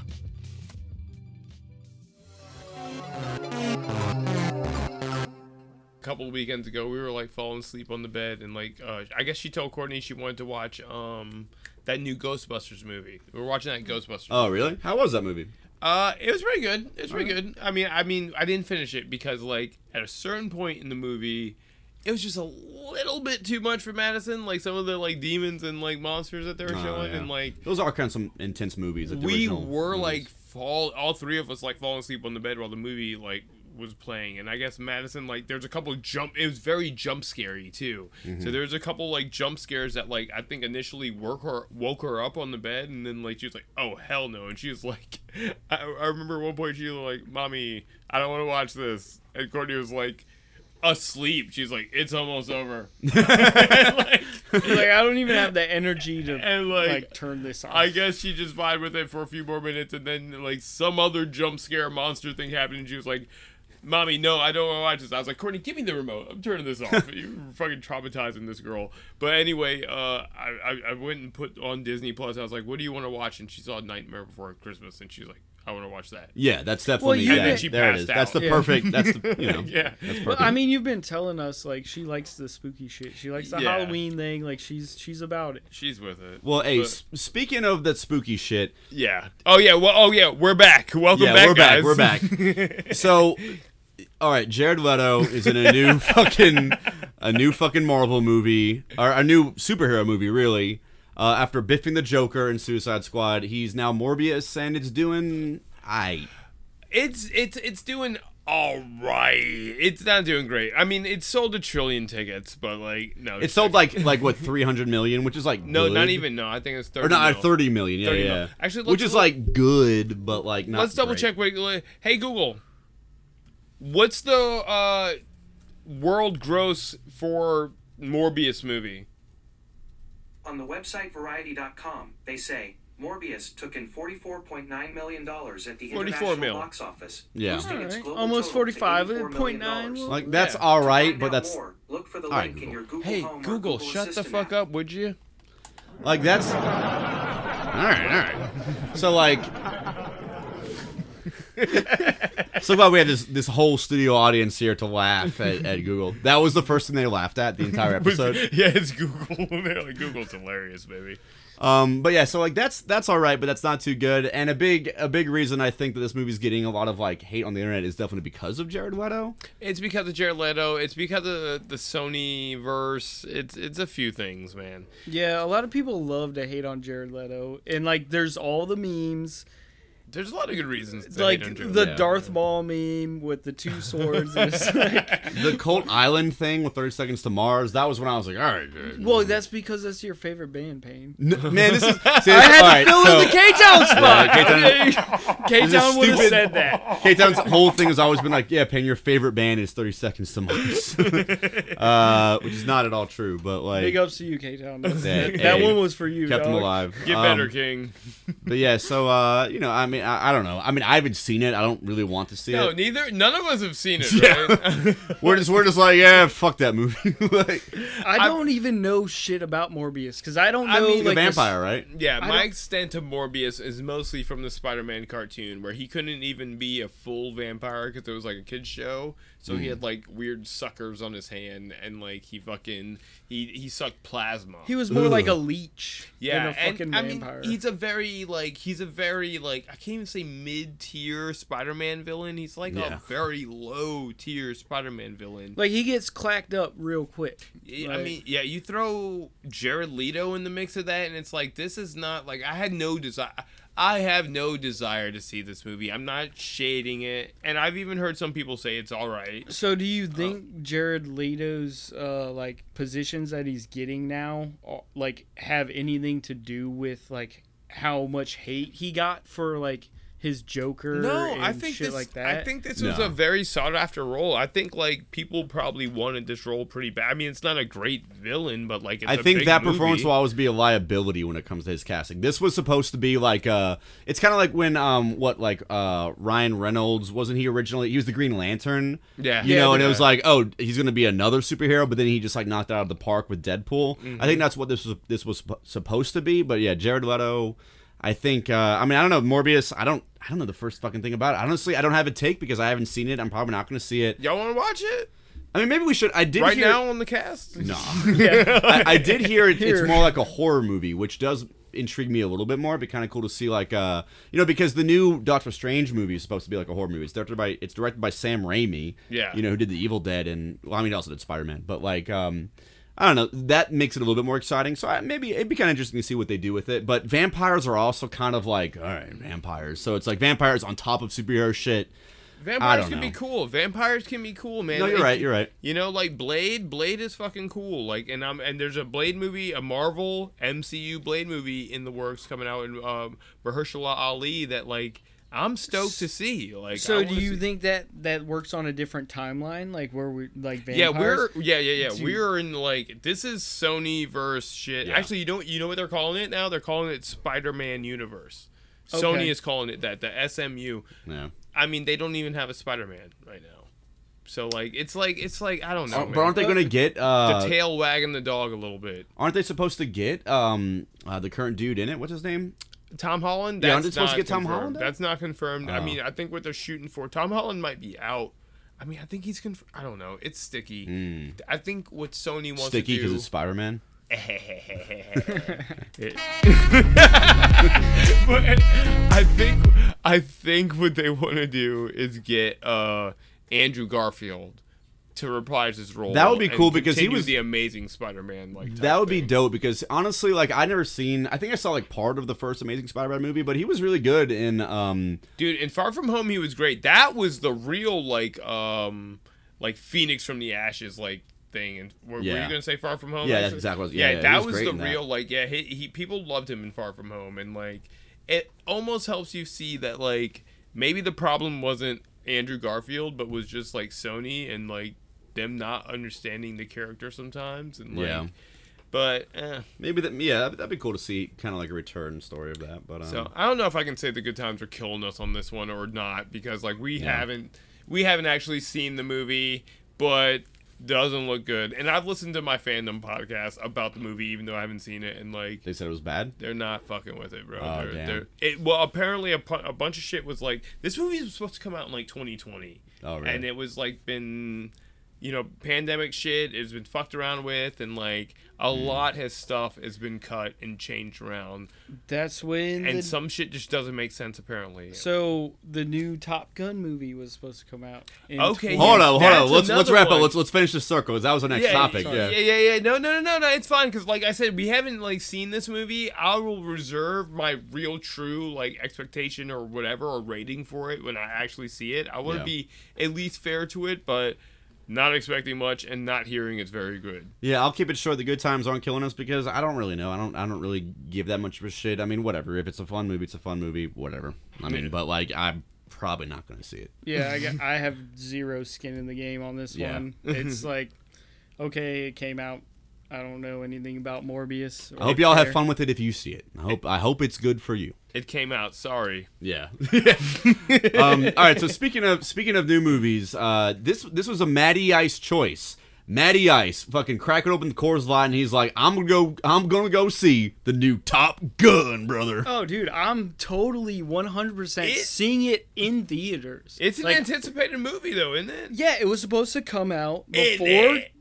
couple weekends ago we were like falling asleep on the bed and like uh, i guess she told courtney she wanted to watch um that new ghostbusters movie we were watching that ghostbusters Oh, really? How was that movie? uh, it was pretty good. It was pretty good. I mean, I mean, I didn't finish it because like at a certain point in the movie, it was just a little bit too much for Madison. Like some of the like demons and like monsters that they were Oh, showing, yeah. and like Those are kind of some intense movies. Like the we original were movies. like fall. All three of us like falling asleep on the bed while the movie like was playing, and I guess Madison like there's a couple jump. It was very jump scary too. So Mm-hmm. there's a couple like jump scares that like I think initially woke her woke her up on the bed, and then like she was like, oh hell no, and she was like, (laughs) I, I remember at one point she was like, mommy, I don't want to watch this, and Courtney was like. Asleep, she's like, it's almost over. (laughs) like, like I don't even have the energy to (laughs) And, like, like, turn this off. I guess she just vibed with it for a few more minutes, and then like some other jump scare monster thing happened, and she was like, "Mommy, no, I don't want to watch this." I was like, "Courtney, give me the remote. I'm turning this off. (laughs) You're fucking traumatizing this girl." But anyway, uh, I, I I went and put on Disney Plus. I was like, "What do you want to watch?" And she saw Nightmare Before Christmas, and she's like, "I want to watch that." (laughs) Yeah, that's definitely you that. did- She there it passed is. That's out. the Yeah. perfect. That's the (laughs) you know. Yeah. That's perfect. Well, I mean, you've been telling us like she likes the spooky shit. She likes the Yeah. Halloween thing. Like she's she's about it. She's with it. well, hey, But- s speaking of that spooky shit, yeah. Oh yeah. Well. Oh yeah. We're back. Welcome yeah, back, we're guys. back. We're (laughs) back. so, all right, Jared Leto is in a new fucking a new fucking Marvel movie or a new superhero movie, really. Uh, after biffing the Joker in Suicide Squad, he's now Morbius, and it's doing I. it's it's it's doing all right. It's not doing great. I mean, it sold a trillion tickets, but like no, It sold like (laughs) like what three hundred million, which is like no, not good. even no. I think it's thirty. or not mil. thirty million. Yeah, 30 yeah. mil. yeah. Actually, which let's is look- like good, but like not. Let's double great. check. Wait, wait, hey Google, what's the uh, world gross for Morbius movie? On the website Variety.com, they say Morbius took in $44.9 million at the 44 international mil. box office. Yeah. boosting its Alright, global almost total to 45, $84 million. $0.9 will- Like that's Yeah. all To right, find but out that's more, look for the Alright, link in Google. your Google Hey Home or Google, shut the Assistant fuck app. up, would (laughs) you? like that's all right, all right. So like, so glad we had this this whole studio audience here to laugh at, at Google. That was the first thing they laughed at the (laughs) entire episode. (laughs) yeah, it's Google. They're like, Google's hilarious, baby. Um, but yeah, so like that's that's all right, but that's not too good. And a big a big reason I think that this movie's getting a lot of like hate on the internet is definitely because of Jared Leto. It's because of Jared Leto. It's because of the, the Sony verse. It's it's a few things, man. Yeah, a lot of people love to hate on Jared Leto, and like there's all the memes, There's a lot of good reasons. To like hate on Jared the Leto. Darth Maul meme with the two (laughs) swords. and it's like, (laughs) The Colt Island thing with Thirty Seconds to Mars. That was when I was like, all right, Jared. well, that's because that's your favorite band, Pain. N- man, (laughs) this is. I had to fill in the K Town spot. (laughs) K This is Town would have stupid. said that. K Town's whole thing has always been like, yeah, Payne, your favorite band is 30 Seconds to Mars. (laughs) uh, which is not at all true, but like, Big ups to you, (laughs) K Town. That, Hey, that hey, one was for you. kept them dog. alive. Get Um, better, King. But yeah, so, uh, you know, I mean, I, I don't know. I mean, I haven't seen it. I don't really want to see No, it. neither. None of us have seen it. Yeah. (laughs) Right? (laughs) We're just, we're just like, yeah, fuck that movie. (laughs) like, I don't even know shit about Morbius because I don't know. I mean, the like, this- vampire, right? yeah, I my don't- extent to Morbius is mostly from the Spider-Man cartoon, where he couldn't even be a full vampire because it was like a kids show. So Hmm. he had like weird suckers on his hand, and like he fucking he he sucked plasma. He was more like Ugh. a leech yeah, than a and, fucking I mean, vampire. he's a very like he's a very like I can't even say mid-tier Spider-Man villain. He's like Yeah. a very low-tier Spider-Man villain. like he gets clacked up real quick. Yeah, I Like, mean, yeah, you throw Jared Leto in the mix of that, and it's like this is not like I had no desire. I have no desire to see this movie. I'm not shading it, and I've even heard some people say it's all right. So do Uh. you think Jared Leto's uh, like positions that he's getting now uh, like have anything to do with like how much hate he got for like his Joker No, and I think shit this, like that? I think this was No. a very sought after role. I think like people probably wanted this role pretty bad. I mean, it's not a great villain, but like it's I a think big that performance movie. will always be a liability when it comes to his casting. This was supposed to be like uh it's kind of like when um what like uh Ryan Reynolds wasn't he originally he was the Green Lantern. Yeah. You Yeah, know, and it yeah. was like, "Oh, he's going to be another superhero," but then he just like knocked it out of the park with Deadpool. I Mm-hmm. think that's what this was this was supp- supposed to be, but yeah, Jared Leto I think uh, I mean I don't know Morbius. I don't I don't know the first fucking thing about it. Honestly, I don't have a take because I haven't seen it. I'm probably not going to see it. Y'all want to watch it I mean maybe we should. I did right hear, now on the cast? (laughs) No. Yeah. I, I did hear it, it's Here. more like a horror movie, which does intrigue me a little bit more. It'd be kind of cool to see, like, uh, you know, because the new Doctor Strange movie is supposed to be like a horror movie. It's directed by it's directed by Sam Raimi, Yeah. you know, who did The Evil Dead and well, I mean, he also did Spider Man, but like, um, I don't know. That makes it a little bit more exciting. So I, maybe it'd be kind of interesting to see what they do with it. But vampires are also kind of like, all right, vampires. So it's like vampires on top of superhero shit. Vampires don't can be know. cool. Vampires can be cool, man. No, you're Like, right, you're right. You know, like Blade. Blade is fucking cool. Like, and I'm and there's a Blade movie, a Marvel MCU Blade movie in the works coming out, and um, Mahershala Ali. That like I'm stoked to see. Like, I So do wanna you see- think that that works on a different timeline, like where we like vampires? Yeah, we're yeah, yeah, yeah. Do- We're in like this is Sony verse shit. Yeah. Actually, you know you know what they're calling it now? They're calling it Spider-Man Universe. Okay. Sony is calling it that. The SMU. Yeah. I mean, they don't even have a Spider-Man right now. So like, it's like it's like I don't know. but aren't they man. going to get? Uh, the tail wagging the dog a little bit? aren't they supposed to get um uh, the current dude in it? What's his name? Tom Holland. Yeah, That's aren't they supposed not to get Tom confirmed. Holland in? That's not confirmed. I Oh. mean, I think what they're shooting for. Tom Holland might be out. I mean, I think he's conf- I don't know. It's sticky. I think what Sony wants Hmm. Sticky to because do. it's Spider Man. (laughs) but I think I think what they want to do is get uh, Andrew Garfield to reprise his role. That would be and cool because he continue was- the amazing Spider-Man. Like type That would be thing. dope because honestly, like I never seen. I think I saw like part of the first Amazing Spider Man movie, but he was really good in um dude. In Far From Home, he was great. That was the real like um like Phoenix from the ashes like thing. And were, were Yeah. you gonna say Far From Home? Yeah, that's actually? exactly what- yeah, yeah, yeah, he that was was, great the in that. real like yeah. He, he people loved him in Far From Home, and like it almost helps you see that like maybe the problem wasn't Andrew Garfield, but was just like Sony and like them not understanding the character sometimes and like. Yeah. But eh. maybe that yeah that'd, that'd be cool to see kind of like a return story of that. But um, So I don't know if I can say the good times are killing us on this one or not because like we haven't we haven't actually seen the movie, but doesn't look good. And I've listened to my fandom podcast about the movie even though I haven't seen it, and like they said it was bad. they're not fucking with it, bro. Oh, they're, damn. they're, it, well, apparently a, pu- a bunch of shit was like this movie was supposed to come out in like 2020, Oh, really? and it was like been, you know, pandemic shit. It's been fucked around with, and like a Hmm. lot has stuff has been cut and changed around That's when. and the, some shit just doesn't make sense apparently. so the new Top Gun movie was supposed to come out. In Okay, 20 yeah. Hold on, hold on. That's Let's let's another wrap one. up. Let's let's finish this circle. 'cause That was our next topic. yeah, yeah, yeah. No, no, no, no, no. It's fine because, like I said, we haven't like seen this movie. I will reserve my real, true like expectation or whatever or rating for it when I actually see it. I want to Yeah. be at least fair to it, but not expecting much and not hearing it's very good. Yeah, I'll keep it short. The good times aren't killing us because I don't really know. I don't. I don't really give that much of a shit. I mean, whatever. If it's a fun movie, it's a fun movie. Whatever. I mean, but like, I'm probably not going to see it. Yeah, I, got, I have zero skin in the game on this Yeah. (laughs) one. It's like, okay, it came out. I don't know anything about Morbius. or I hope y'all have care. fun with it if you see it. I hope. I hope it's good for you. It came out. Sorry. Yeah. (laughs) um, all right. So speaking of speaking of new movies, uh, this this was a Matty Ice choice. Matty Ice fucking cracking open the Coors Light and he's like, "I'm gonna go. I'm gonna go see the new Top Gun, brother." (laughs) Oh, dude, I'm totally 100% seeing it in theaters. It's an Like, anticipated movie though, isn't it? Yeah, it was supposed to come out Isn't before it?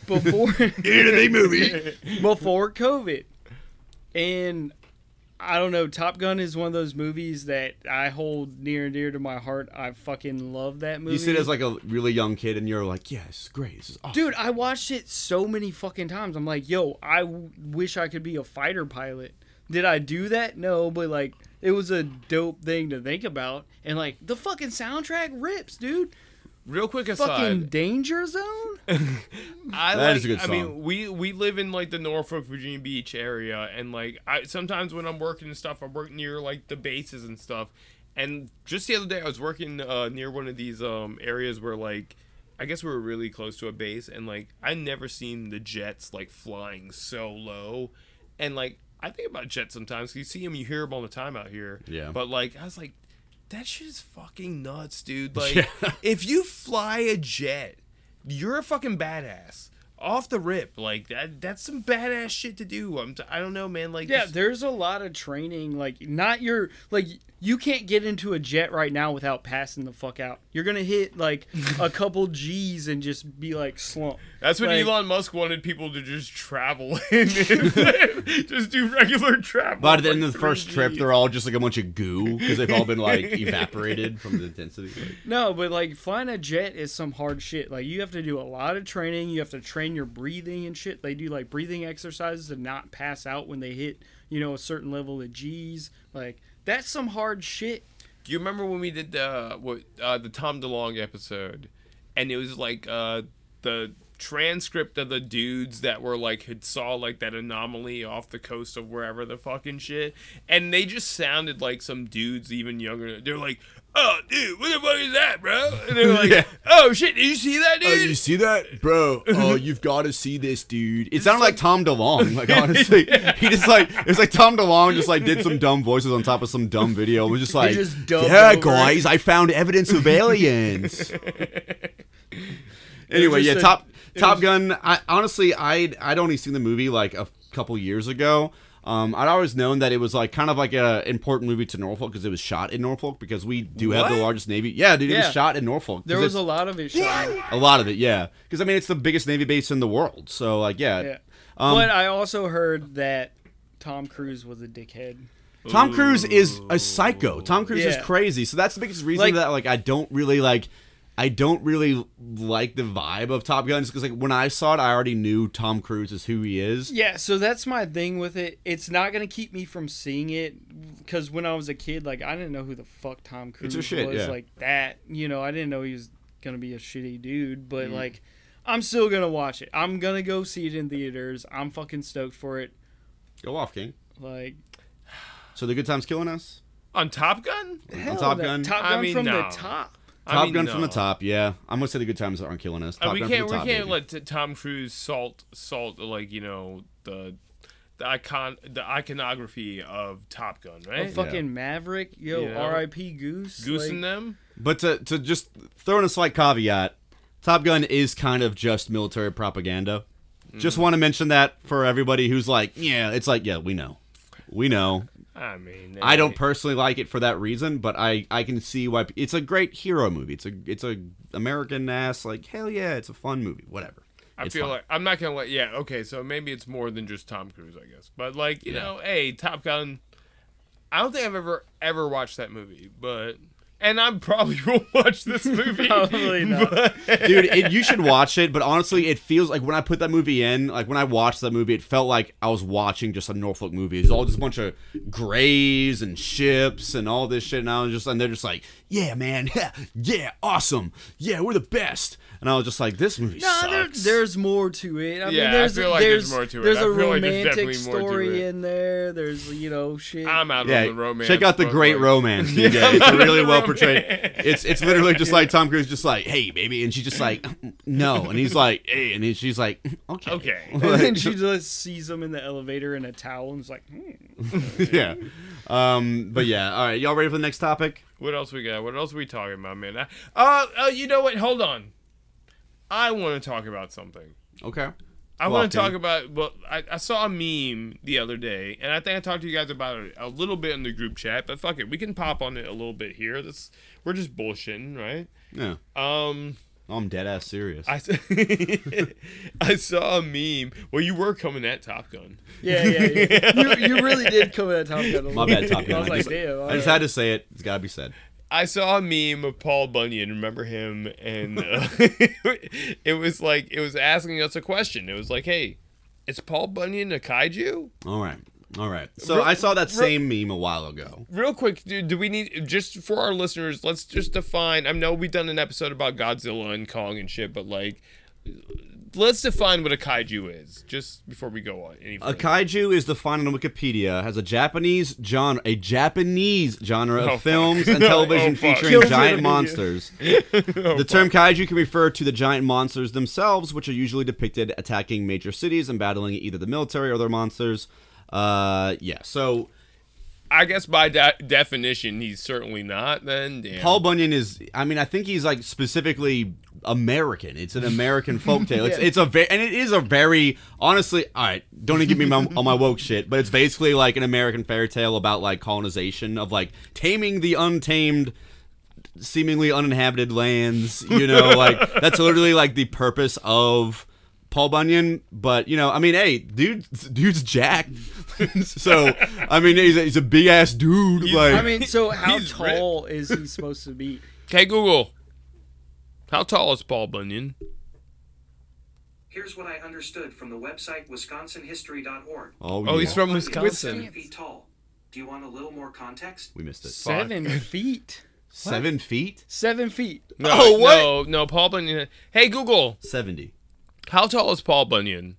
(laughs) before (laughs) Any (laughs) movie. before COVID. And I don't know, Top Gun is one of those movies that I hold near and dear to my heart. I fucking love that movie. You see it as like a really young kid, and you're like, "Yes, great. This is awesome." Dude, I watched it so many fucking times. I'm like, yo, I w- wish I could be a fighter pilot. Did I do that? No, but like, it was a dope thing to think about. And like, the fucking soundtrack rips, dude. Real quick aside. Fucking Danger Zone? I That like, is a good I mean, song. we we live in like the Norfolk, Virginia Beach area, and like I sometimes when I'm working and stuff, I work near like the bases and stuff. And just the other day, I was working uh, near one of these um, areas where like I guess we were really close to a base, and like I never seen the jets like flying so low, and like I think about jets sometimes. 'cause You see them, you hear them all the time out here. Yeah. But like I was like, that shit is fucking nuts, (laughs) dude. Like Yeah. if you fly a jet you're a fucking badass off the rip like that that's some badass shit to do i'm t- i don't know man like Yeah, just- there's a lot of training. Like, not your like you can't get into a jet right now without passing the fuck out. You're gonna hit like a couple G's and just be like slump. that's when like- elon musk wanted people to just travel (laughs) in (laughs) and just do regular travel By the like end of the first 3Gs. trip, they're all just like a bunch of goo because they've all been (laughs) like evaporated from the intensity. Like, No, but like flying a jet is some hard shit. Like you have to do a lot of training. You have to train in your breathing and shit. They do like breathing exercises to not pass out when they hit, you know, a certain level of G's. Like that's some hard shit. Do you remember when we did the what uh, the Tom DeLonge episode, and it was like uh, the transcript of the dudes that were like had saw like that anomaly off the coast of wherever the fucking shit, and they just sounded like some dudes even younger. They're like, "Oh, dude, what the fuck is that, bro?" And they're like, (laughs) Yeah. "Oh shit, did you see that, dude?" see that, bro? (laughs) Oh, you've got to see this, dude. It sounded like Tom DeLonge. Like honestly, he just like it was like Tom DeLonge just like did some dumb voices on top of some dumb video. It was just like, just dubbed yeah, over it." guys, I found evidence of (laughs) aliens. anyway, just yeah, a- Top Top Gun. I honestly, I I'd only seen the movie like a couple years ago. Um, I'd always known that it was like kind of like a important movie to Norfolk because it was shot in Norfolk because we do have the What? largest navy. Yeah, dude, it Yeah. was shot in Norfolk. 'cause There was it's- a lot of it. Shot. a lot of it, yeah. Because I mean, it's the biggest navy base in the world. So like, yeah. Yeah. Um, but I also heard that Tom Cruise was a dickhead. Tom Cruise is a psycho. Tom Cruise is Yeah. crazy. So that's the biggest reason Like- that like I don't really like. I don't really like the vibe of Top Gun because like when I saw it, I already knew Tom Cruise is who he is. Yeah, so that's my thing with it. It's not gonna keep me from seeing it because when I was a kid, like I didn't know who the fuck Tom Cruise a shit, was yeah. like that. You know, I didn't know he was gonna be a shitty dude, but Mm-hmm. like I'm still gonna watch it. I'm gonna go see it in theaters. I'm fucking stoked for it. Go off, King. Like So the good times killing us. on Top Gun. hell, Top that- Gun? Top I Gun mean, from no. the top. Top Gun from the top. Yeah, I'm gonna say the good times aren't killing us. Top Uh, we Gun can't from the top. we can't baby. let t- Tom Cruise salt salt like you know the the icon the iconography of Top Gun Oh, right fucking Maverick, yo, Yeah. R.I.P. Goose. goose like- in them But to, to just throw in a slight caveat, Top Gun is kind of just military propaganda. Mm. Just want to mention that for everybody who's like, yeah, it's like, yeah, we know. We know. I mean I don't hey, personally like it for that reason, but I, I can see why it's a great hero movie. It's a it's a American ass like hell yeah, it's a fun movie, whatever. I It's feel fine. like I'm not gonna let yeah okay so maybe it's more than just Tom Cruise I guess but like you Yeah. know hey Top Gun I don't think I've ever ever watched that movie but and I probably (laughs) won't watch this movie Probably not. but- (laughs) dude it, you should watch it but honestly it feels like when i put that movie in like when i watched that movie it felt like i was watching just a norfolk movie it's all just a bunch of grays and ships and all this shit and i was just and they're just like yeah man (laughs) yeah awesome yeah we're the best and i was just like this movie No, there, sucks. there's more to it. Yeah, I I mean, there's, feel like there's, there's more to it. There's I a feel like there's romantic definitely more to story it. in there. There's you know shit. I'm out yeah, on the romance check out the but, Great like, Romance. (laughs) dude. Yeah, it's really well romance. portrayed. It's it's literally just like Tom Cruise, just like, "Hey, baby," and she's just like, "Mm, "No," and he's like, "Hey," and she's like, "Mm, "Okay, (laughs) okay and then she just sees him in the elevator in a towel and is like, hmm. (laughs) yeah." Um, but yeah, all right, y'all ready for the next topic? What else we got? What else we talking about, man? I- Uh, uh you know what? Hold on. I want to talk about something. Okay. I Well, want to okay. talk about. Well, I, I saw a meme the other day, and I think I talked to you guys about it a little bit in the group chat. But fuck it, we can pop on it a little bit here. This we're just bullshitting, right? Yeah. Um, I'm dead ass serious. I s- (laughs) I saw a meme. Well, you were coming at Top Gun. yeah, yeah, yeah. you, you really did come at Top Gun. a My little bad, bit. Top Gun. I was like, just, damn. all I just right." had to say it. It's gotta be said. I saw a meme of Paul Bunyan. Remember him? (laughs) And uh, (laughs) it was like it was asking us a question. It was like, "Hey, is Paul Bunyan a kaiju?" All right. All right. So Re- I saw that same meme a while ago. Real quick, do, do we need just for our listeners? Let's just define. I know we've done an episode about Godzilla and Kong and shit, but like, let's define what a kaiju is just before we go on. Any A further. kaiju is defined on Wikipedia as a Japanese genre, a Japanese genre of Oh, fuck. (laughs) films and No, television oh, fuck. featuring Kills it giant immediately. monsters. (laughs) Oh, The term kaiju can refer to the giant monsters themselves, which are usually depicted attacking major cities and battling either the military or their monsters. Uh, yeah. So I guess by de- definition, he's certainly not. Then damn. Paul Bunyan is. I mean, I think he's like specifically American. It's an American folktale. (laughs) It's it's a very and it is a very honestly. All right, don't even give me my, on my woke shit. But it's basically like an American fairy tale about like colonization of like taming the untamed. Seemingly uninhabited lands, (laughs) you know, like that's literally like the purpose of Paul Bunyan. But you know, I mean, hey, dude, dude's jacked. (laughs) so I mean, he's a, he's a big ass dude. like, I (laughs) mean, so how He's tall is he supposed to be? Okay, Google. How tall is Paul Bunyan? Here's what I understood from the website wisconsinhistory.org. Oh, Oh, yeah. he's from Seven Wisconsin. feet tall. Do you want a little more context? We missed it. Seven feet. Seven feet? Seven feet. No, Oh, what? No, no, Paul Bunyan. Hey, Google, Seventy. how tall is Paul Bunyan?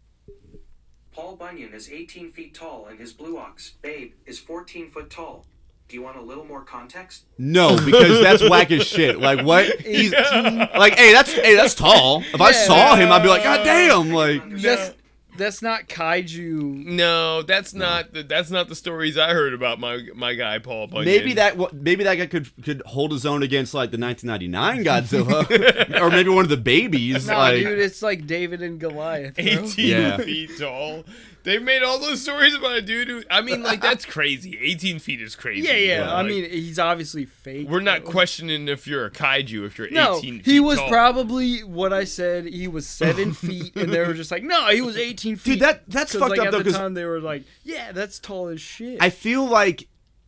Paul Bunyan is 18 feet tall and his blue ox, Babe, is 14 foot tall. Do you want a little more context? No, because that's whack as shit. Like what? He's like, hey, that's hey, that's tall. If I saw him, I'd be like, God damn! Like, That's that's not kaiju. No, that's not the, that's not the stories I heard about my my guy Paul Bunyan. (laughs) Maybe that wa- maybe that guy could could hold his own against like the 1999 (laughs) Godzilla, or maybe one of the babies. No, like, dude, it's like David and Goliath. bro. 18 Yeah. feet tall. They made all those stories about a dude who I mean like (laughs) that's crazy. 18 feet is crazy. Yeah, yeah. I Like, mean, he's obviously fake. we're not though. questioning if you're a kaiju if you're 18 No, feet he was tall. probably what I said. He (laughs) was seven feet, and they were just like, "No, he was eighteen feet." that- that's 'Cause, fucked like, up, At though, the 'cause- time, they were like, "Yeah, that's tall as shit." I feel like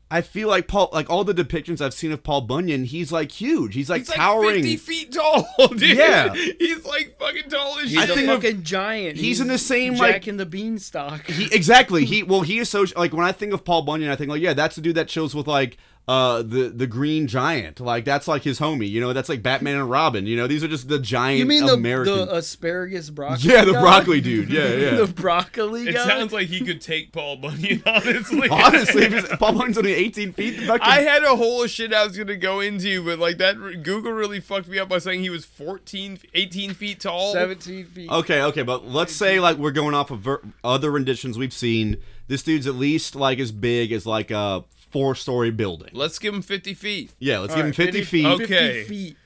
I feel like Paul like all the depictions I've seen of Paul Bunyan, he's like huge. He's like He's like towering. 50 feet tall, (laughs) dude. Yeah. He's like fucking tall as he's shit. I a think of- fucking giant. he's in the same, Jack like- in the Beanstalk. He- exactly. He well, he is so like when I think of Paul Bunyan, I think like yeah, that's the dude that chills with like uh the the Green Giant. Like that's like his homie. You know, that's like Batman and Robin. You know, these are just the giant (laughs) you mean the, American. the asparagus broccoli? yeah, the guy? broccoli dude. Yeah, yeah. (laughs) the broccoli It guy. sounds like he could take Paul Bunyan, (laughs) honestly. Honestly, if it's- Paul Bunyan's only 18 feet. the fucking- I had a whole shit I was gonna go into, but like that Google really fucked me up by saying he was 14, 18 feet tall. seventeen feet. Okay, okay, but let's say like we're going off of ver- other renditions we've seen. This dude's at least like as big as like a four-story building. Let's give him 50 feet. Yeah, let's All give him right, 50 feet. Okay. 50 feet.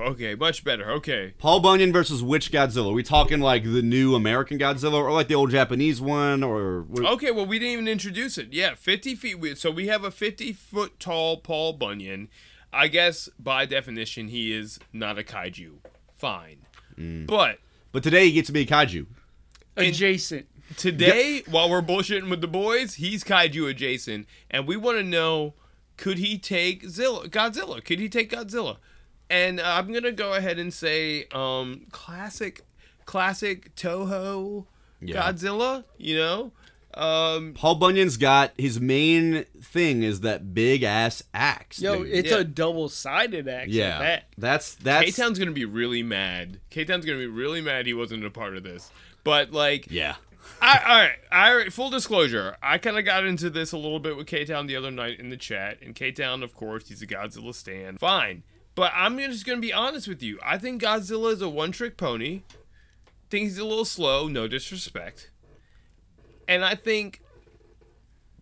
Okay, much better. Okay. Paul Bunyan versus which Godzilla? Are we talking like the new American Godzilla or like the old Japanese one or what- Okay, well, we didn't even introduce it. Yeah, 50 feet. We, so we have a 50 foot tall Paul Bunyan. I guess by definition, he is not a kaiju. Fine. But But today he gets to be a kaiju. Adjacent. today, while we're bullshitting with the boys, he's kaiju adjacent. And we want to know could he take Zilla, Godzilla? Could he take Godzilla? And uh, I'm going to go ahead and say um, classic, classic Toho Godzilla, you know? Um, Paul Bunyan's got his main thing is that big ass axe. Yo, dude. it's Yeah. a double-sided axe. yeah. That. That's K that's Town's gonna be really mad. K Town's gonna be really mad he wasn't a part of this. But like, yeah. I, all right, I full disclosure, I kind of got into this a little bit with K Town the other night in the chat. And K Town, of course, he's a Godzilla stan. Fine, but I'm just gonna be honest with you. I think Godzilla is a one-trick pony. Think he's a little slow. No disrespect. And I think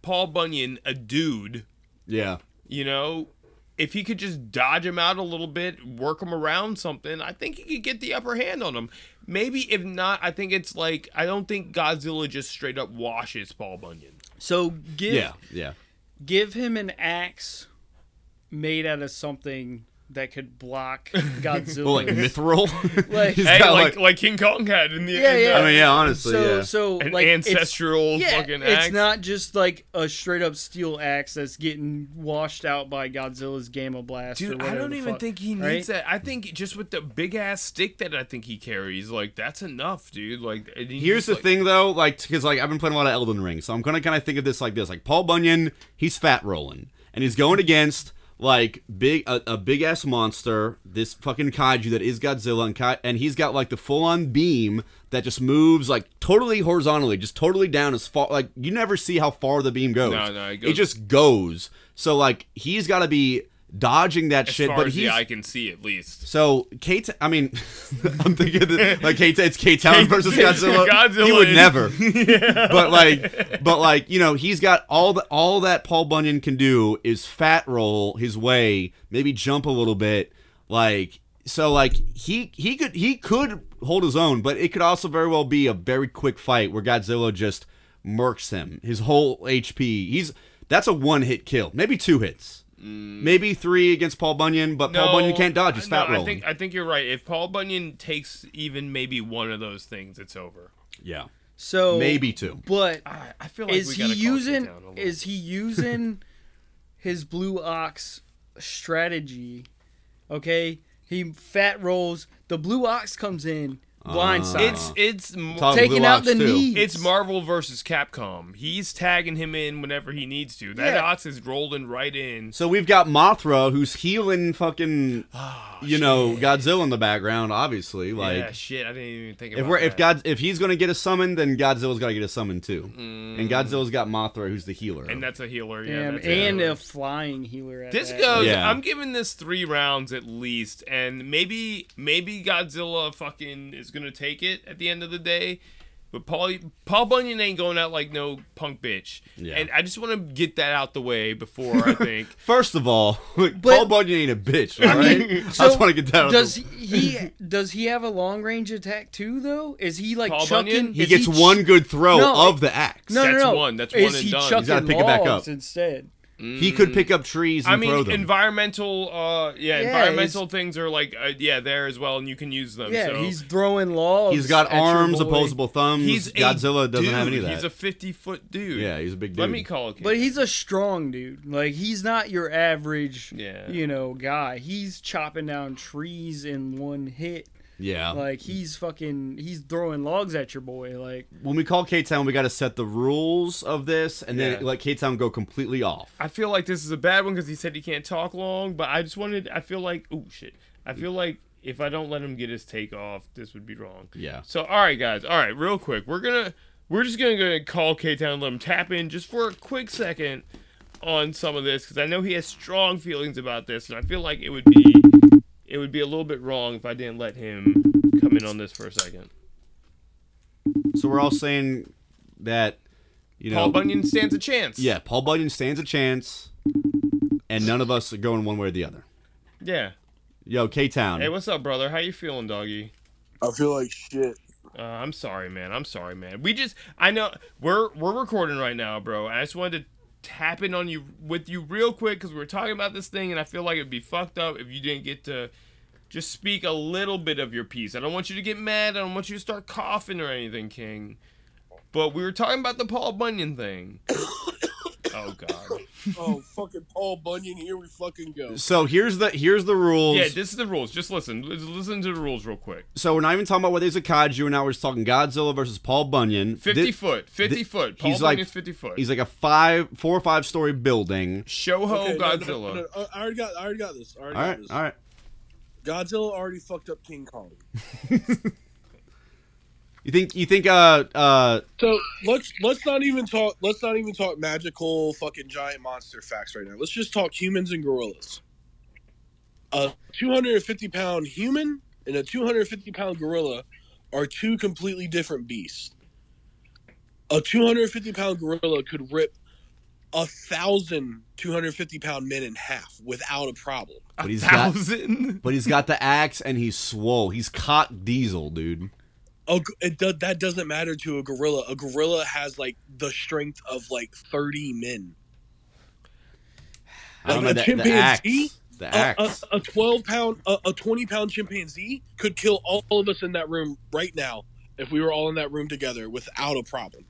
Paul Bunyan, a dude, Yeah. you know, if he could just dodge him out a little bit, work him around something, I think he could get the upper hand on him. Maybe if not, I think it's like I don't think Godzilla just straight up washes Paul (laughs) Bunyan. So give Yeah. Yeah. give him an axe made out of something that (laughs) could block Godzilla. Well, like (laughs) mithril. (laughs) Like- He's Hey, got, like, like King Kong had in the Yeah, in the- yeah. I mean, yeah, honestly, so yeah. so an like it's- ancestral yeah, fucking it's axe. not just like a straight up steel axe that's getting washed out by Godzilla's gamma blast. or Dude, I whatever don't the even fuck, think he needs right? that. I think just with the big ass stick that I think he carries, like that's enough, dude. Like and he just, Here's the like- thing, though, like because like I've been playing a lot of Elden Ring, so I'm gonna kind of think of this like this: like Paul Bunyan, he's fat rolling, and he's going against like big a, a big ass monster, this fucking kaiju that is Godzilla, and Kai- and he's got like the full on beam that just moves like totally horizontally, just totally down as far like you never see how far the beam goes. No, no, it it, goes- just goes. So like he's got to be dodging that As shit, far but as he's the eye can see, at least. so Kate, I mean, (laughs) I'm thinking that, like Kate, it's K Town versus Godzilla. Godzilla He would is- never. (laughs) But like, but like, you know, he's got all the all that Paul Bunyan can do is fat roll his way, maybe jump a little bit, like. So like he he could he could hold his own, but it could also very well be a very quick fight where Godzilla just murks him. His whole HP. He's that's a one hit kill, maybe two hits, maybe three against Paul Bunyan. But Paul Bunyan can't dodge. He's Mm. no, fat rolling. I think I think you're right. If Paul Bunyan takes even maybe one of those things, it's over. Yeah. So Maybe two. but I, I feel is he using down a little. is (laughs) he using his blue ox strategy okay he fat rolls the blue ox comes in Ah. Blindside. It's it's m- Talk taking Blue out Ox, the too. knees. it's Marvel versus Capcom. He's tagging him in whenever he needs to. That Yeah. ox is rolling right in. So we've got Mothra who's healing fucking, you know, Godzilla in the background. Obviously, like Ah, yeah, shit. I didn't even think about if we're if that. God if he's gonna get a summon, then Godzilla's gotta get a summon too. And Godzilla's got Mothra, who's the healer. Mm. and that's a healer. Yeah, Damn, that's a and healer. a flying healer. At This that. goes. Yeah. I'm giving this three rounds at least, and maybe maybe Godzilla fucking is gonna take it at the end of the day. But Paul Paul Bunyan ain't going out like no punk bitch. Yeah. And I just want to get that out the way before (laughs) I think. First of all, (laughs) Paul Bunyan ain't a (laughs) bitch. All right, I just want to get that. out Does the- he (laughs) does he have a long range attack too? Though is he like Paul chucking? Bunyan? he is gets ch- one good throw No, of the axe. No, That's no, no. one. That's is one and he done. He's chucking gotta pick it back logs up. instead? he could pick up trees and I throw mean, them. environmental. Uh, yeah, Yeah, environmental things are like uh, yeah there as well, and you can use them. Yeah, so. he's throwing logs. he's got at your arms, boy. opposable thumbs. He's a Godzilla doesn't have any of dude. that. He's a 50 foot dude. yeah, he's a big dude. Let me call it. But he's a strong dude. Like he's not your average, Yeah. you know, guy. He's chopping down trees in one hit. yeah. Like he's fucking, he's throwing logs at your boy. Like when we call K Town, we got to set the rules of this, and then Yeah. let K Town go completely off. I feel like this is a bad one because he said he can't talk long, but I just wanted. I feel like, oh shit. I feel like if I don't let him get his take off, this would be wrong. Yeah. So all right, guys. All right, real quick, we're gonna we're just gonna go and call K Town and let him tap in just for a quick second on some of this because I know he has strong feelings about this, and I feel like it would be it would be a little bit wrong if I didn't let him come in on this for a second. So we're all saying that you know, Paul Bunyan stands a chance. yeah, Paul Bunyan stands a chance, and none of us are going one way or the other. Yeah. Yo, K Town, Hey, what's up, brother? How you feeling, doggy? I feel like shit. Uh, I'm sorry, man. I'm sorry, man. We just I know we're we're recording right now, bro. I just wanted to tap in on you with you real quick because we were talking about this thing, and I feel like it'd be fucked up if you didn't get to just speak a little bit of your piece. I don't want you to get mad. I don't want you to start coughing or anything, King. But we were talking about the Paul Bunyan (coughs) thing. oh God. Oh, fucking Paul Bunyan, here we fucking go. so here's the here's the rules. Yeah, this is the rules. Just listen. Just Listen to the rules real quick. so we're not even talking about whether he's a kaiju or not. We're just talking Godzilla versus Paul Bunyan. Fifty Thi- foot. Fifty thi- foot. Paul he's like- Bunyan's fifty foot. He's like a five, four or five story building. Shoho Okay, no, no, Godzilla. no, no, uh, I already got, I already got this. I already All got right, this. all right. Godzilla already fucked up King Kong. You think you think uh uh So let's let's not even talk. Let's not even talk magical fucking giant monster facts right now. Let's just talk humans and gorillas. A 250 pound human and a 250 pound gorilla are two completely different beasts. A 250 pound gorilla could rip a thousand 250 pound men in half without a problem. but he's got thousand. but he's got the axe and he's swole. He's cock diesel, dude. Oh, it do, that doesn't matter to a gorilla. A gorilla has like the strength of like 30 men. I don't know Like a that the chimpanzee? Uh, axe. The a, a, axe. a 12 pound a, a 20 pound chimpanzee could kill all of us in that room right now if we were all in that room together without a (laughs) problem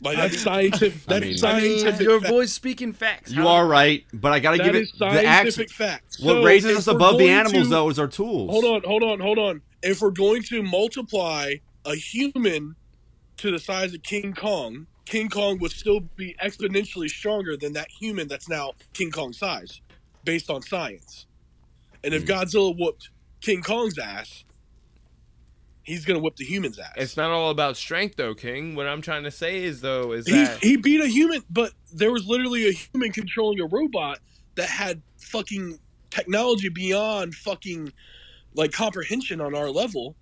like that's scientific I that's mean- scientific your fact. boy's speaking facts. you How- are right, but I gotta That give it is the axe. scientific fact What So raises if us we're above the going animals, to- though, is our tools. hold on hold on hold on if we're going to multiply a human to the size of king kong king kong would still be exponentially stronger than that human that's now king kong size based on science and Hmm. if godzilla whooped king kong's ass he's gonna whoop the human's ass It's not all about strength, though, King. What I'm trying to say is, though, is he, that he beat a human but there was literally a human controlling a robot that had fucking technology beyond fucking like comprehension on our level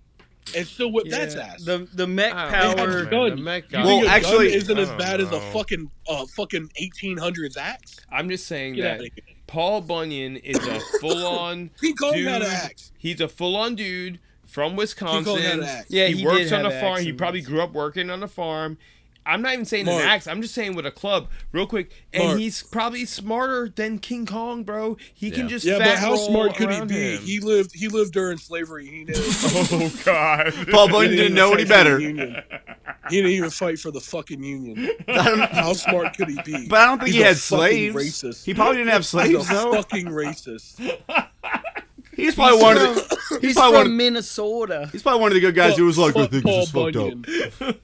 and still whipped Yeah, that's ass The the Oh, mech I don't know, power. It's Ah, man. gun. The mech You guy- think Well, a gun actually- isn't as I don't bad as a know. fucking uh, fucking eighteen hundreds axe. I'm just saying Get that outta here. Paul Bunyan is (laughs) a full-on King Kong dude. had an axe. He's a full-on dude from King Kong had Wisconsin. an axe. Yeah, he, he works did on a have farm. axe He in probably this. grew up working on a farm. I'm not even saying Mark. an axe. I'm just saying with a club, real quick. And Mark. he's probably smarter than King Kong, bro. He Yeah. can just Yeah, fat but how roll smart could he around be? him. He lived. He lived during slavery. He (laughs) knew. oh God, Paul (laughs) Bunyan didn't know any fight better. for the Union. He didn't even fight for the (laughs) fucking union. How smart could he be? But I don't think He's he a had fucking slaves. Racist. (laughs) He probably didn't have He's a slaves, though. fucking racist. He's probably one of the He's probably one from of- Minnesota. He's probably one of the good guys who was like, I Fuck think Paul this is fucked up. Bunyan.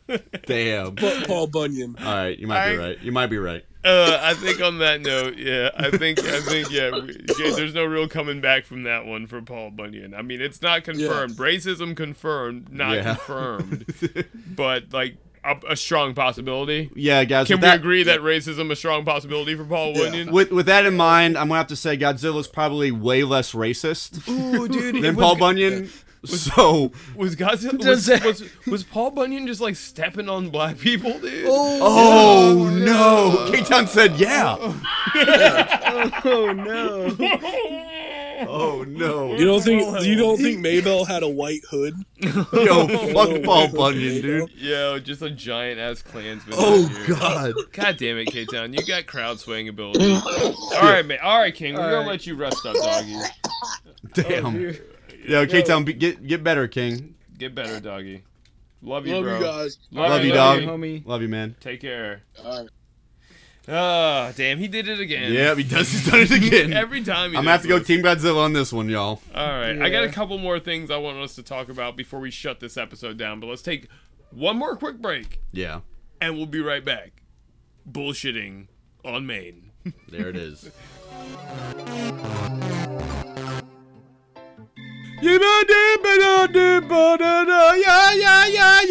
Damn. Fuck Paul Bunyan. All right, you might be I- right. You might be right. Uh, I think on that note, yeah, I think I think yeah, we- yeah, there's no real coming back from that one for Paul Bunyan. I mean, it's not confirmed. Racism confirmed, not Yeah. (laughs) confirmed, but like a, a strong possibility. Yeah, guys. Can with we that, agree that racism a strong possibility for Paul Yeah. Bunyan? With with that in mind, I'm gonna have to say Godzilla's probably way less racist Ooh, dude, (laughs) than was, Paul (laughs) Bunyan. So, was (laughs) Godzilla Does was, that- was, was Paul Bunyan just like stepping on black people, dude? oh no, K Town said (laughs) yeah. Oh no! Oh no, You don't think you don't think Maybell had a white (laughs) hood? yo, fuck Paul Bunyan, dude. Yo, just a giant ass Klansman. Oh out here. god, God damn it, K Town. You got crowd swaying (laughs) ability. All right, man. All right, King. We're All going right. to let you rest up, doggy. damn. Yo, K Town, get get better, King. Get better, doggy. Love you, Love bro. you guys. Love you, love dog. homie. Love you, man. Take care. All right. Ah, damn. He did it again. Yeah, he does. He's done it again. I'm (laughs) Every time. He gonna have to go does this. Team Godzilla on this one, y'all. All right. I got a Yeah. couple more things I want us to talk about before we shut this episode down, but let's take one more quick break, Yeah, and we'll be right back. Bullshitting on Maine. there it is.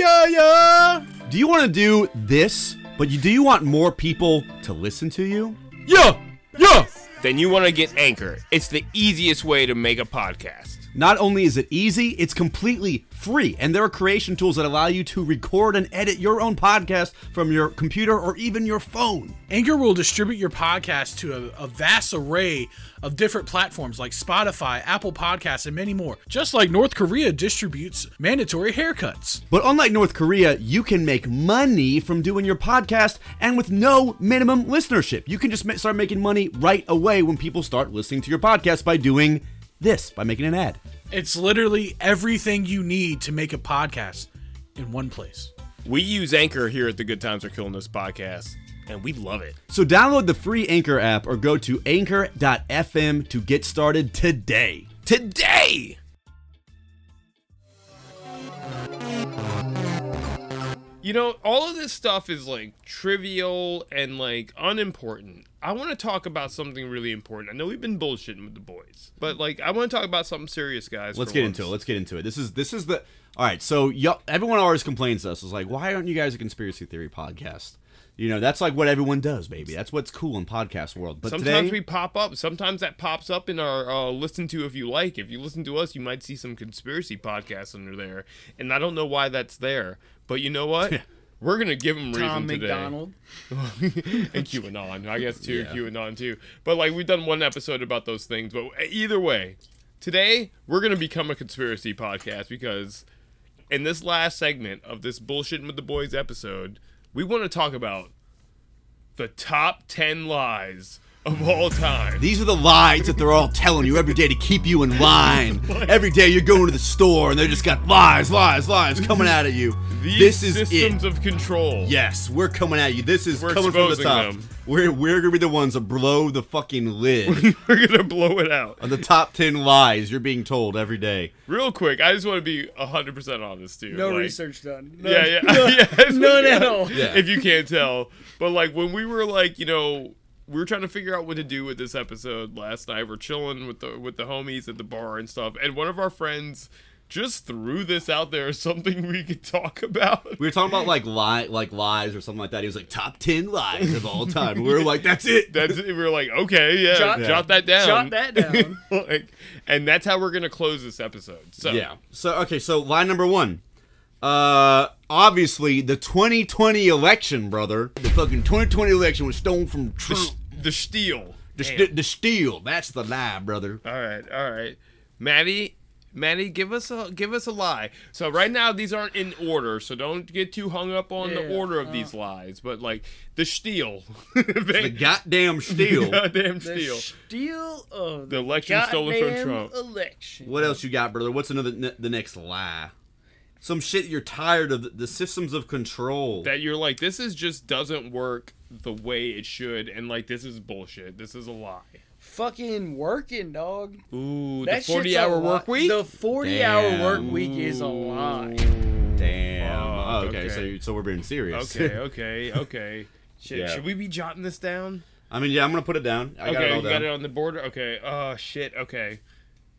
Do you want to do this, but you do you want more people to listen to you? Yeah! Yeah! Then you want to get Anchor. It's the easiest way to make a podcast. Not only is it easy, it's completely free, and there are creation tools that allow you to record and edit your own podcast from your computer or even your phone. Anchor will distribute your podcast to a, a vast array of different platforms like Spotify, Apple Podcasts, and many more, just like North Korea distributes mandatory haircuts. But unlike North Korea, you can make money from doing your podcast and with no minimum listenership. You can just ma- start making money right away when people start listening to your podcast by doing this, by making an ad. It's literally everything you need to make a podcast in one place. We use Anchor here at the Good Times Are Killing Us podcast, and we love it. So download the free Anchor app or go to anchor.fm to get started today. Today! You know, all of this stuff is like trivial and like unimportant. I want to talk about something really important. I know we've been bullshitting with the boys, but like I want to talk about something serious, guys. Let's for get once. into it. Let's get into it. This is this is the all right. So y'all, everyone always complains to us. Is like, why aren't you guys a conspiracy theory podcast? You know, that's like what everyone does, baby. That's what's cool in podcast world. But Sometimes today, we pop up. Sometimes that pops up in our uh, listen to if you like. If you listen to us, you might see some conspiracy podcasts under there, and I don't know why that's there. But you know (laughs) what? We're gonna give them reason Tom today. McDonald. and QAnon, I guess too. QAnon too. But like we've done one episode about those things. But either way, today we're gonna become a conspiracy podcast because in this last segment of this bullshitting with the boys episode, we want to talk about the top ten lies of all time. These are the lies that they're all telling you every day to keep you in line. Every day you're going to the store and they just got lies, lies, lies coming out at you. These this is systems it. of control. Yes, we're coming at you. This is We're coming from the exposing top. them. We're we're gonna be the ones that blow the fucking lid (laughs) (laughs) We're gonna blow it out. on the top ten lies you're being told every day. Real quick, I just want to be hundred percent honest too. No like- research done. No- Yeah, yeah, (laughs) yeah. None at all. Yeah. If you can't tell, but like when we were like, you know, we were trying to figure out what to do with this episode last night. We're chilling with the with the homies at the bar and stuff, and one of our friends just threw this out there as something we could talk about. We were talking about like lie, like lies or something like that. He was like top ten lies of all time. We were like, that's (laughs) it. That's it. we were like, okay, yeah, jot, Jot- that down, (laughs) Jot that down. like, and that's how we're gonna close this episode. So Yeah. So okay, so lie number one. Uh, obviously the 2020 election, brother. The fucking 2020 election was stolen from the, Trump. sh- the steal. The, Damn. st- the steal. That's the lie, brother. All right, all right, Maddie, Maddie, give us a give us a lie. So right now these aren't in order, so don't get too hung up on Yeah, Uh. the order of these lies. But like the (laughs) steal, the The (laughs) goddamn steal. goddamn steal. The steal of The election stolen from goddamn Trump. Election. what else you got, brother? What's another ne- the next lie? Some shit you're tired of. The, the systems of control. that you're like this is just doesn't work the way it should, and like this is bullshit. This is a lie. fucking working, dog. Ooh, That the shit's a 40 hour lot- work week? The 40 Damn. hour work week is a lot. Damn. Fuck, oh, okay. So, okay. you- so we're being serious. Okay, okay, (laughs) okay. Shit, Yeah. should we be jotting this down? (laughs) I mean, yeah, I'm gonna put it down. I got okay, it all you down. got it on the border. Okay. Oh shit. Okay.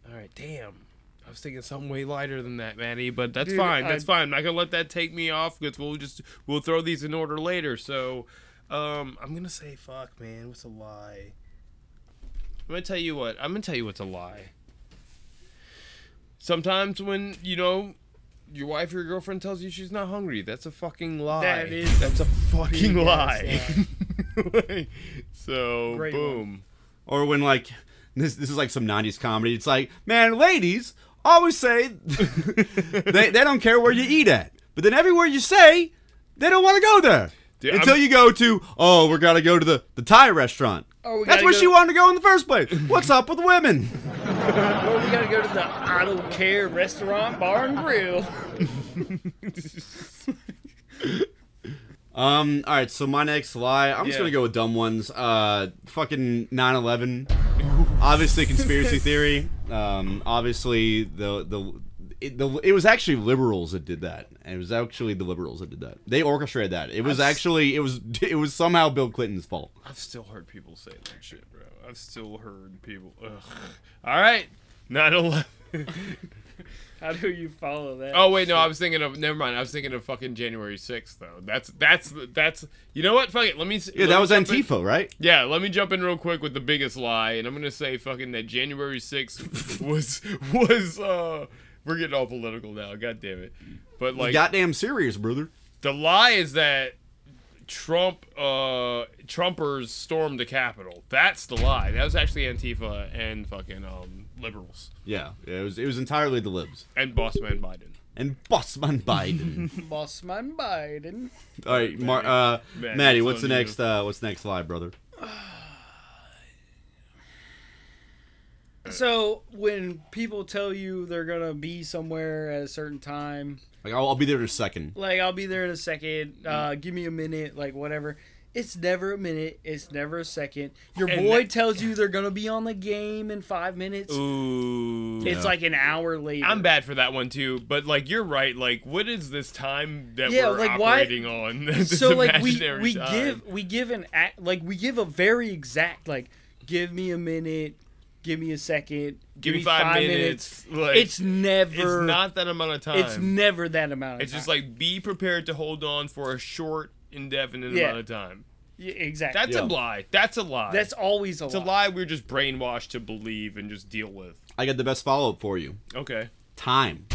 All right. Damn. I was thinking something way lighter than that, Maddie, but that's Dude, fine. I- That's fine. I'm not gonna let that take me off because we'll just we'll throw these in order later. So, um, I'm gonna say fuck, man. What's a lie? I'm gonna tell you what. I'm gonna tell you what's a lie. Sometimes when you know your wife or your girlfriend tells you she's not hungry, that's a fucking lie. That is that's a fucking big-ass (laughs) lie. so Great one. boom. (laughs) Or when like this, this is like some '90s comedy. It's like, man, ladies always say (laughs) they they don't care where you eat at, but then everywhere you say, they don't want to go there. Dude, Until I'm- you go to, oh, we're gonna go to the the Thai restaurant. Oh, we That's gotta where go- she wanted to go in the first place. What's up with women? Or we gotta go to the I don't care restaurant, bar, and grill. (laughs) Um. All right. So my next lie, I'm just Yeah. gonna go with dumb ones. Uh, fucking 9/11. (laughs) obviously, conspiracy theory. Um. Obviously, the the. It, the, it was actually liberals that did that, and it was actually the liberals that did that. They orchestrated that. It was actually it was (laughs) it was somehow Bill Clinton's fault. I've still heard people say that shit, bro. I've still heard people. Ugh. All right, nine eleven. How do you follow that? Oh wait, no, I was thinking of. Never mind. I was thinking of fucking January sixth though. That's that's that's. You know what? Fuck it. Let me. Yeah, that was Antifa, right? Yeah, let me jump in real quick with the biggest lie, and I'm gonna say fucking that January 6th (laughs) was was uh. We're getting all political now. God damn it. But like, Goddamn serious, brother. the lie is that Trump uh Trumpers stormed the Capitol. That's the lie. That was actually Antifa and fucking um liberals Yeah, it was it was entirely the libs and boss man Biden. and (laughs) Bossman Biden. boss man Biden. all right, Mar- uh, Maddie, Maddie, it's what's the on you. next uh, what's the next lie, brother? So when people tell you they're gonna be somewhere at a certain time, Like I'll, I'll be there in a second. like I'll be there in a second, uh, Mm. give me a minute, like whatever. It's never a minute. It's never a second. Your And boy that- tells you they're gonna be on the game in five minutes. Ooh. It's like an hour later. I'm bad for that one too, but like you're right. Like, what is this time that Yeah, we're like, why- operating on? (laughs) This so like we imaginary we time? give we give an act like we give a very exact like give me a minute give me a second give me five, minutes. Like, it's never it's not that amount of time. it's never that amount of It's just time. like be prepared to hold on for a short, indefinite Yeah. amount of time. Yeah, exactly That's Yeah. a lie. That's a lie. that's always a It's a lie. lie we're just brainwashed to believe and just deal with. I got the best follow up for you. Okay. Time.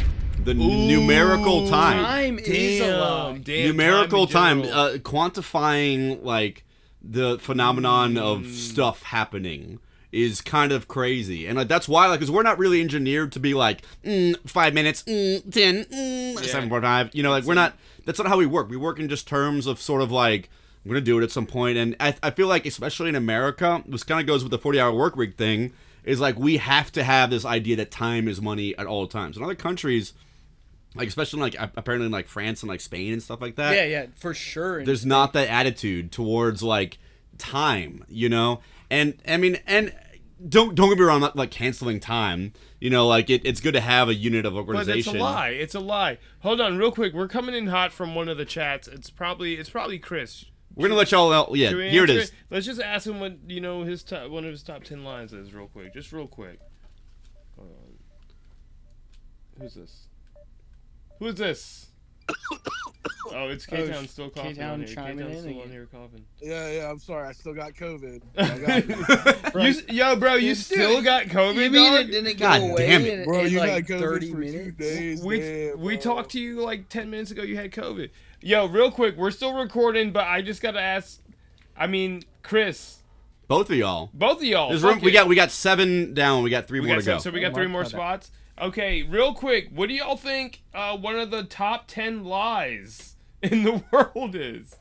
The n- numerical time. time is a Damn, lie damn, numerical time. in time. general. Uh, quantifying like the phenomenon of Hmm. stuff happening is kind of crazy, and like that's why like because we're not really engineered to be like mm, five minutes, mm, ten, mm, seven point five. You know, like we're not. That's not how we work. We work in just terms of sort of like. I'm gonna do it at some point, and I, I feel like, especially in America, this kind of goes with the 40-hour work week thing. Is like we have to have this idea that time is money at all times. In other countries, like especially like a- apparently in like France and like Spain and stuff like that. yeah yeah for sure And There's not that attitude towards like time, you know. And I mean, and don't don't get me wrong, I'm not like canceling time. You know, like it, it's good to have a unit of but it's a organization. lie. It's a lie. Hold on, real quick. We're coming in hot from one of the chats. It's probably it's probably Chris. We're gonna let y'all know. Yeah, Should we Uh, here it answer is. Let's just ask him what you know his top, one of his top ten lines is, real quick. Just real quick. Hold on. Who's this? Who is this? Oh, it's K Town sh- still coughing. K-Town on here. chiming K-Town's in still on again. here coughing. Yeah, yeah. I'm sorry. I still got COVID. I (laughs) got, You s- yo, bro, you still got COVID. you mean dog? it didn't God go away damn it. in, bro, in you like got COVID 30 for two minutes days. We damn, we bro. talked to you like ten minutes ago. You had COVID. Yo, real quick, we're still recording, but I just gotta ask. I mean, Chris, Both of y'all. both of y'all. There's Oh, fuck room. We it. got we got seven down. We got three We more got to some- go. so we got Oh, three my more God. spots. Okay, real quick, what do y'all think? Uh, one of the top ten lies (laughs) in the world is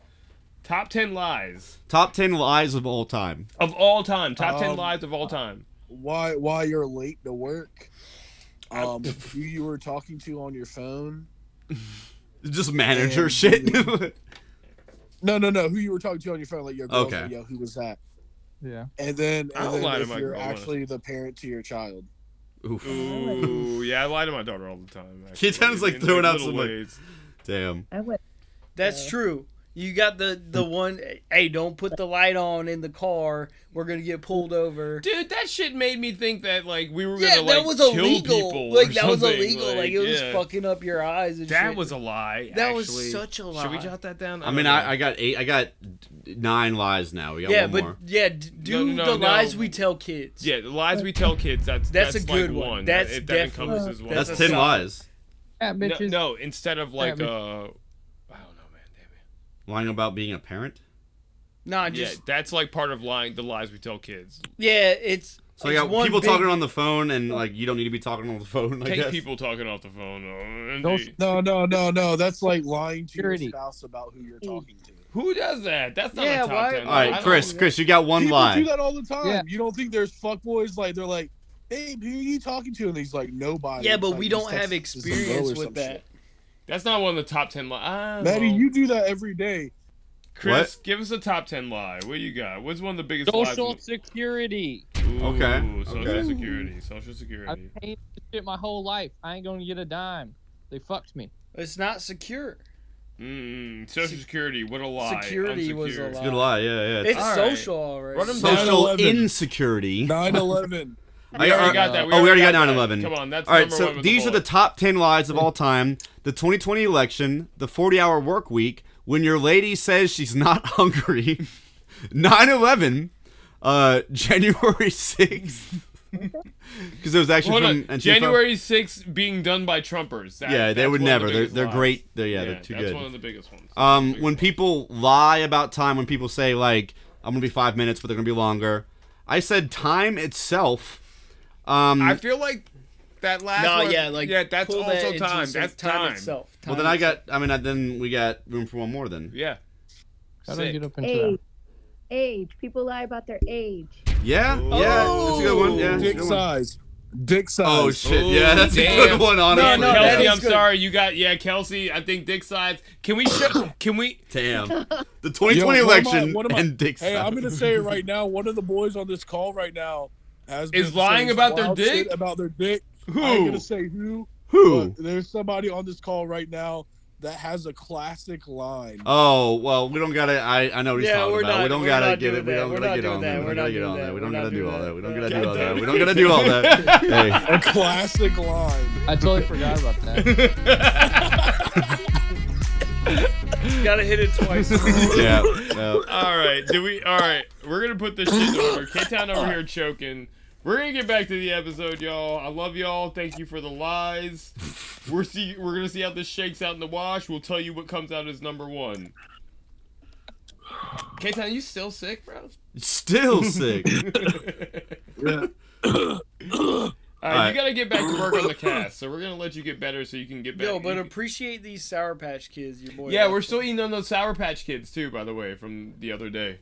top ten lies Top ten lies of all time. of all time. Top ten Um, lies of all time. why why you're late to work. (laughs) Um, who you were talking to on your phone? Just manager Damn. shit. (laughs) No, no, no. Who you were talking to on your phone? Like your girlfriend. Okay. Yo, who was that? Yeah. and then, I'll and then lie to if my you're girl, honestly. actually the parent to your child. Oof. Ooh, yeah, I lie to my daughter all the time. (laughs) He actually, sounds like in, throwing out little some, like- ways. Damn. I went. That's true. You got the the one. Hey, don't put the light on in the car. We're gonna get pulled over. Dude, that shit made me think that like we were gonna Yeah, that like was kill illegal. people Like or that was something, illegal. Like, it was yeah. fucking up your eyes. And That shit. was a lie. That was actually. such a Should we lie. jot that down? I mean, don't I, know. I got eight. I got d- nine lies now. We got yeah, one but more. yeah, d- do no, the no. lies we tell kids. yeah, the lies we tell kids. That's That's a good like one. one. That's if that definitely- encompasses one. That's That's a ten solid- lies. Fat no, bitches. no, instead of like Yeah, uh, I don't know, man. Damn it. Lying about being a parent. Nah, Yeah, just that's like part of lying. The lies we tell kids. yeah, it's So I it's got one people big- talking on the phone, and like you don't need to be talking on the phone. I Take guess. people talking off the phone. uh, and Don't- they- No, no, no, no. That's like lying to Purity. your spouse about who you're talking to. Who does that? That's not Yeah, a top why- ten. All I right, don't- Chris. Chris, you got one People do lie. that all the time. Yeah. You don't think there's fuckboys like they're like, babe, who are you talking to? And he's like, nobody. yeah, but Like, we he's don't texting have his bro experience or with some that. That's not one of the top ten lies. shit. Maddie, you do that every day. Chris, give us a top ten lie. What you got? What's one of the biggest Social lies? security. Ooh, Okay, Social okay. security. Social I've security. paid this shit my whole life. I ain't gonna get a dime. They fucked me. It's not secure. Mm, social security. What a lie. Security was a Unsecure. lie. Good lie. Yeah, yeah. It's It's All right. social, already. Run 'em down. social 9/11. insecurity. (laughs) 9 11. I We already uh, got that. oh, we already got 9/11. 9/11. Come on, that's All right, number so one with these are the bullet. top 10 lies Mm. of all time the 2020 election, the 40 hour work week, when your lady says she's not (laughs) hungry, 9 11, uh, (laughs) (laughs) January 6th. Because it was Hold actually from on. Antifa. January 6th being done by Trumpers. That- Yeah, they that's would one of never. the they're biggest they're lies. great. They're, yeah, Yeah, they're too that's good. one of the biggest ones. Um, when people lie about time, when people say like, "I'm gonna be five minutes, but they're gonna be longer," I said time itself. Um, I feel like that last No, one- yeah, like yeah, that's pull also that into time. some- That's time. itself. well, Time then I itself. got. I mean, I, then we got room for one more. Then Yeah. How do I Sick. get up into Age. that? Age. People lie about their age. yeah, yeah, that's a good one. Yeah, that's a Dick good one. size. Dick size. Oh shit, yeah, that's a damn. good one. Honestly, No, that Kelsey, is I'm good. sorry. You got yeah, Kelsey. I think Dick sides. Can we? Show, can we? (laughs) damn. The 2020 Yo, what am I- election what am I- and Dick. Hey, South. I'm gonna say it right now. One of the boys on this call right now has Is been lying saying about their wild dick? shit About their dick. Who? I'm gonna say who. who. but there's somebody on this call right now that has a classic line. Oh well, we don't gotta. I, I know what he's Yeah, talking we're about. not- we don't we're gotta not get doing it. We that. don't We're gotta not get doing on that. that. We We're don't not gotta get doing on that. that. We We're don't not gotta get doing on that. that. We don't We're gotta not do all doing that. (laughs) that. We don't gotta do all (laughs) that. (laughs) Hey. A (clears throat) classic line. I totally forgot about that. gotta hit it twice. (laughs) yeah. yeah. All right. Do we? All right. We're gonna put this shit in order. K Town over here choking. We're gonna get back to the episode, y'all. I love y'all. Thank you for the lies. We're see. We're gonna see how this shakes out in the wash. We'll tell you what comes out as number one. K Town, you still sick, bro? (laughs) Still sick. All right, Alright. you gotta get back to work on the cast, so we're gonna let you get better so you can get back. Yo, but appreciate these Sour Patch Kids, your boy. yeah, we're still eating on those Sour Patch Kids too, by the way, from the other day.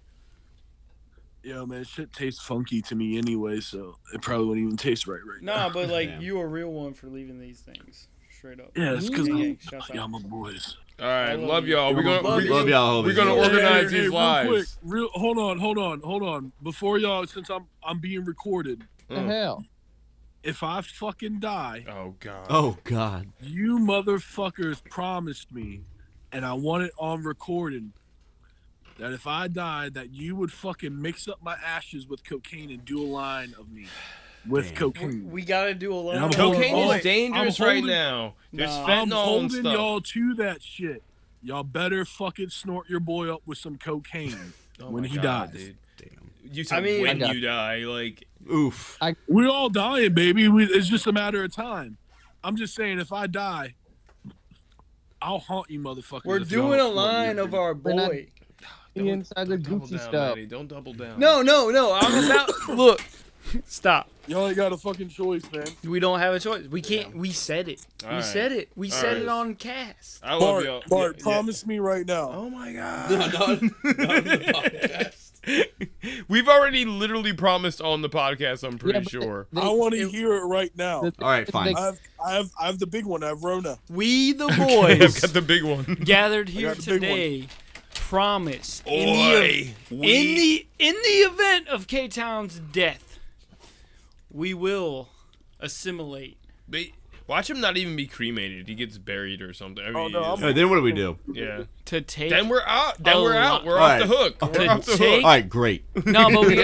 Yo, man, shit tastes funky to me anyway, so it probably wouldn't even taste right right (laughs) now. Nah, but like Yeah. you a real one for leaving these things straight up. Yeah, it's because Yeah, I'm, shouts out. yeah, I'm a boys. All right, I love, love you. y'all. We're gonna Love we- you. Love y'all. We're gonna homies. order- Organize these Real quick, lives. real, hold on, hold on, hold on. Before y'all, since I'm I'm being recorded, (laughs) the hell? if I fucking die, Oh god. Oh God. you motherfuckers promised me, and I want it on recording, that if I died, that you would fucking mix up my ashes with cocaine and do a line of me with Damn. We, cocaine. we gotta do a lot. And I'm of holding- Cocaine Oh, is dangerous I'm right holding- now. There's Nah. I'm fentanyl and holding stuff. y'all to that shit. Y'all better fucking snort your boy up with some cocaine Oh when my he God, dies. dude. You said I mean- when I got- you die, like Oof. We're all dying, baby. We, it's just a matter of time. I'm just saying, if I die, I'll haunt you, motherfuckers. We're if y'all doing a don't snort line your of our We're not- boy. The inside the double Gucci down, stuff. Manny, Don't double down. No, no, no. I'm (laughs) about look. Stop. Y'all ain't got a fucking choice, man. We don't have a choice. We can't. We said it. we Alright. said it. We All said right. it on cast. I love Bart, y'all. Bart, (laughs) Yeah, yeah. promise me right now. Oh my god. We've already literally promised on the podcast, I'm pretty Yeah, but- (laughs) sure. They- I want to they- hear it right now. the- All right, they- fine. they- I've, I've, I've the big one. I've Rona. (laughs) We the I've boys got the big one. gathered here got the big one. today promise in the, Oi, we- in the in the event of K Town's death, we will assimilate. They, watch him not even be cremated. He gets buried or something. I mean, no, I'm- Alright, then what do we do? yeah. To take Then we're out. Then Oh, we're out. We're alright. off the hook. We're To off the take- hook. All right, great. no, (laughs) but we,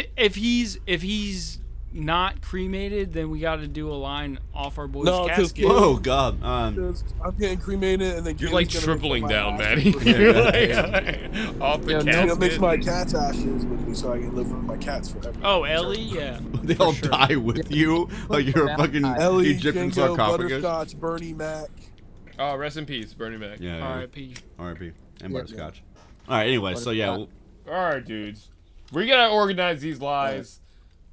i- if he's if he's not cremated, then we got to do a line off our boy's No, 'cause casket. Gil- Whoa, God. Um, I'm getting cremated, and then You're Gil's like gonna make tripling my down, ass (laughs) Maddie. (laughs) You're like, off the Yeah, Gil casket. makes my cat's ashes with me, so I can live with my cats forever. Oh, Ellie, yeah. they all die with you like you're a fucking Ellie, Egyptian Django, sarcophagus. Butterscotch, Bernie Mac. oh, rest in peace, Bernie Mac. Yeah, yeah. R.I.P. R.I.P. and butterscotch. All right, anyway, so yeah, well, All right, dudes. We gotta organize these lies.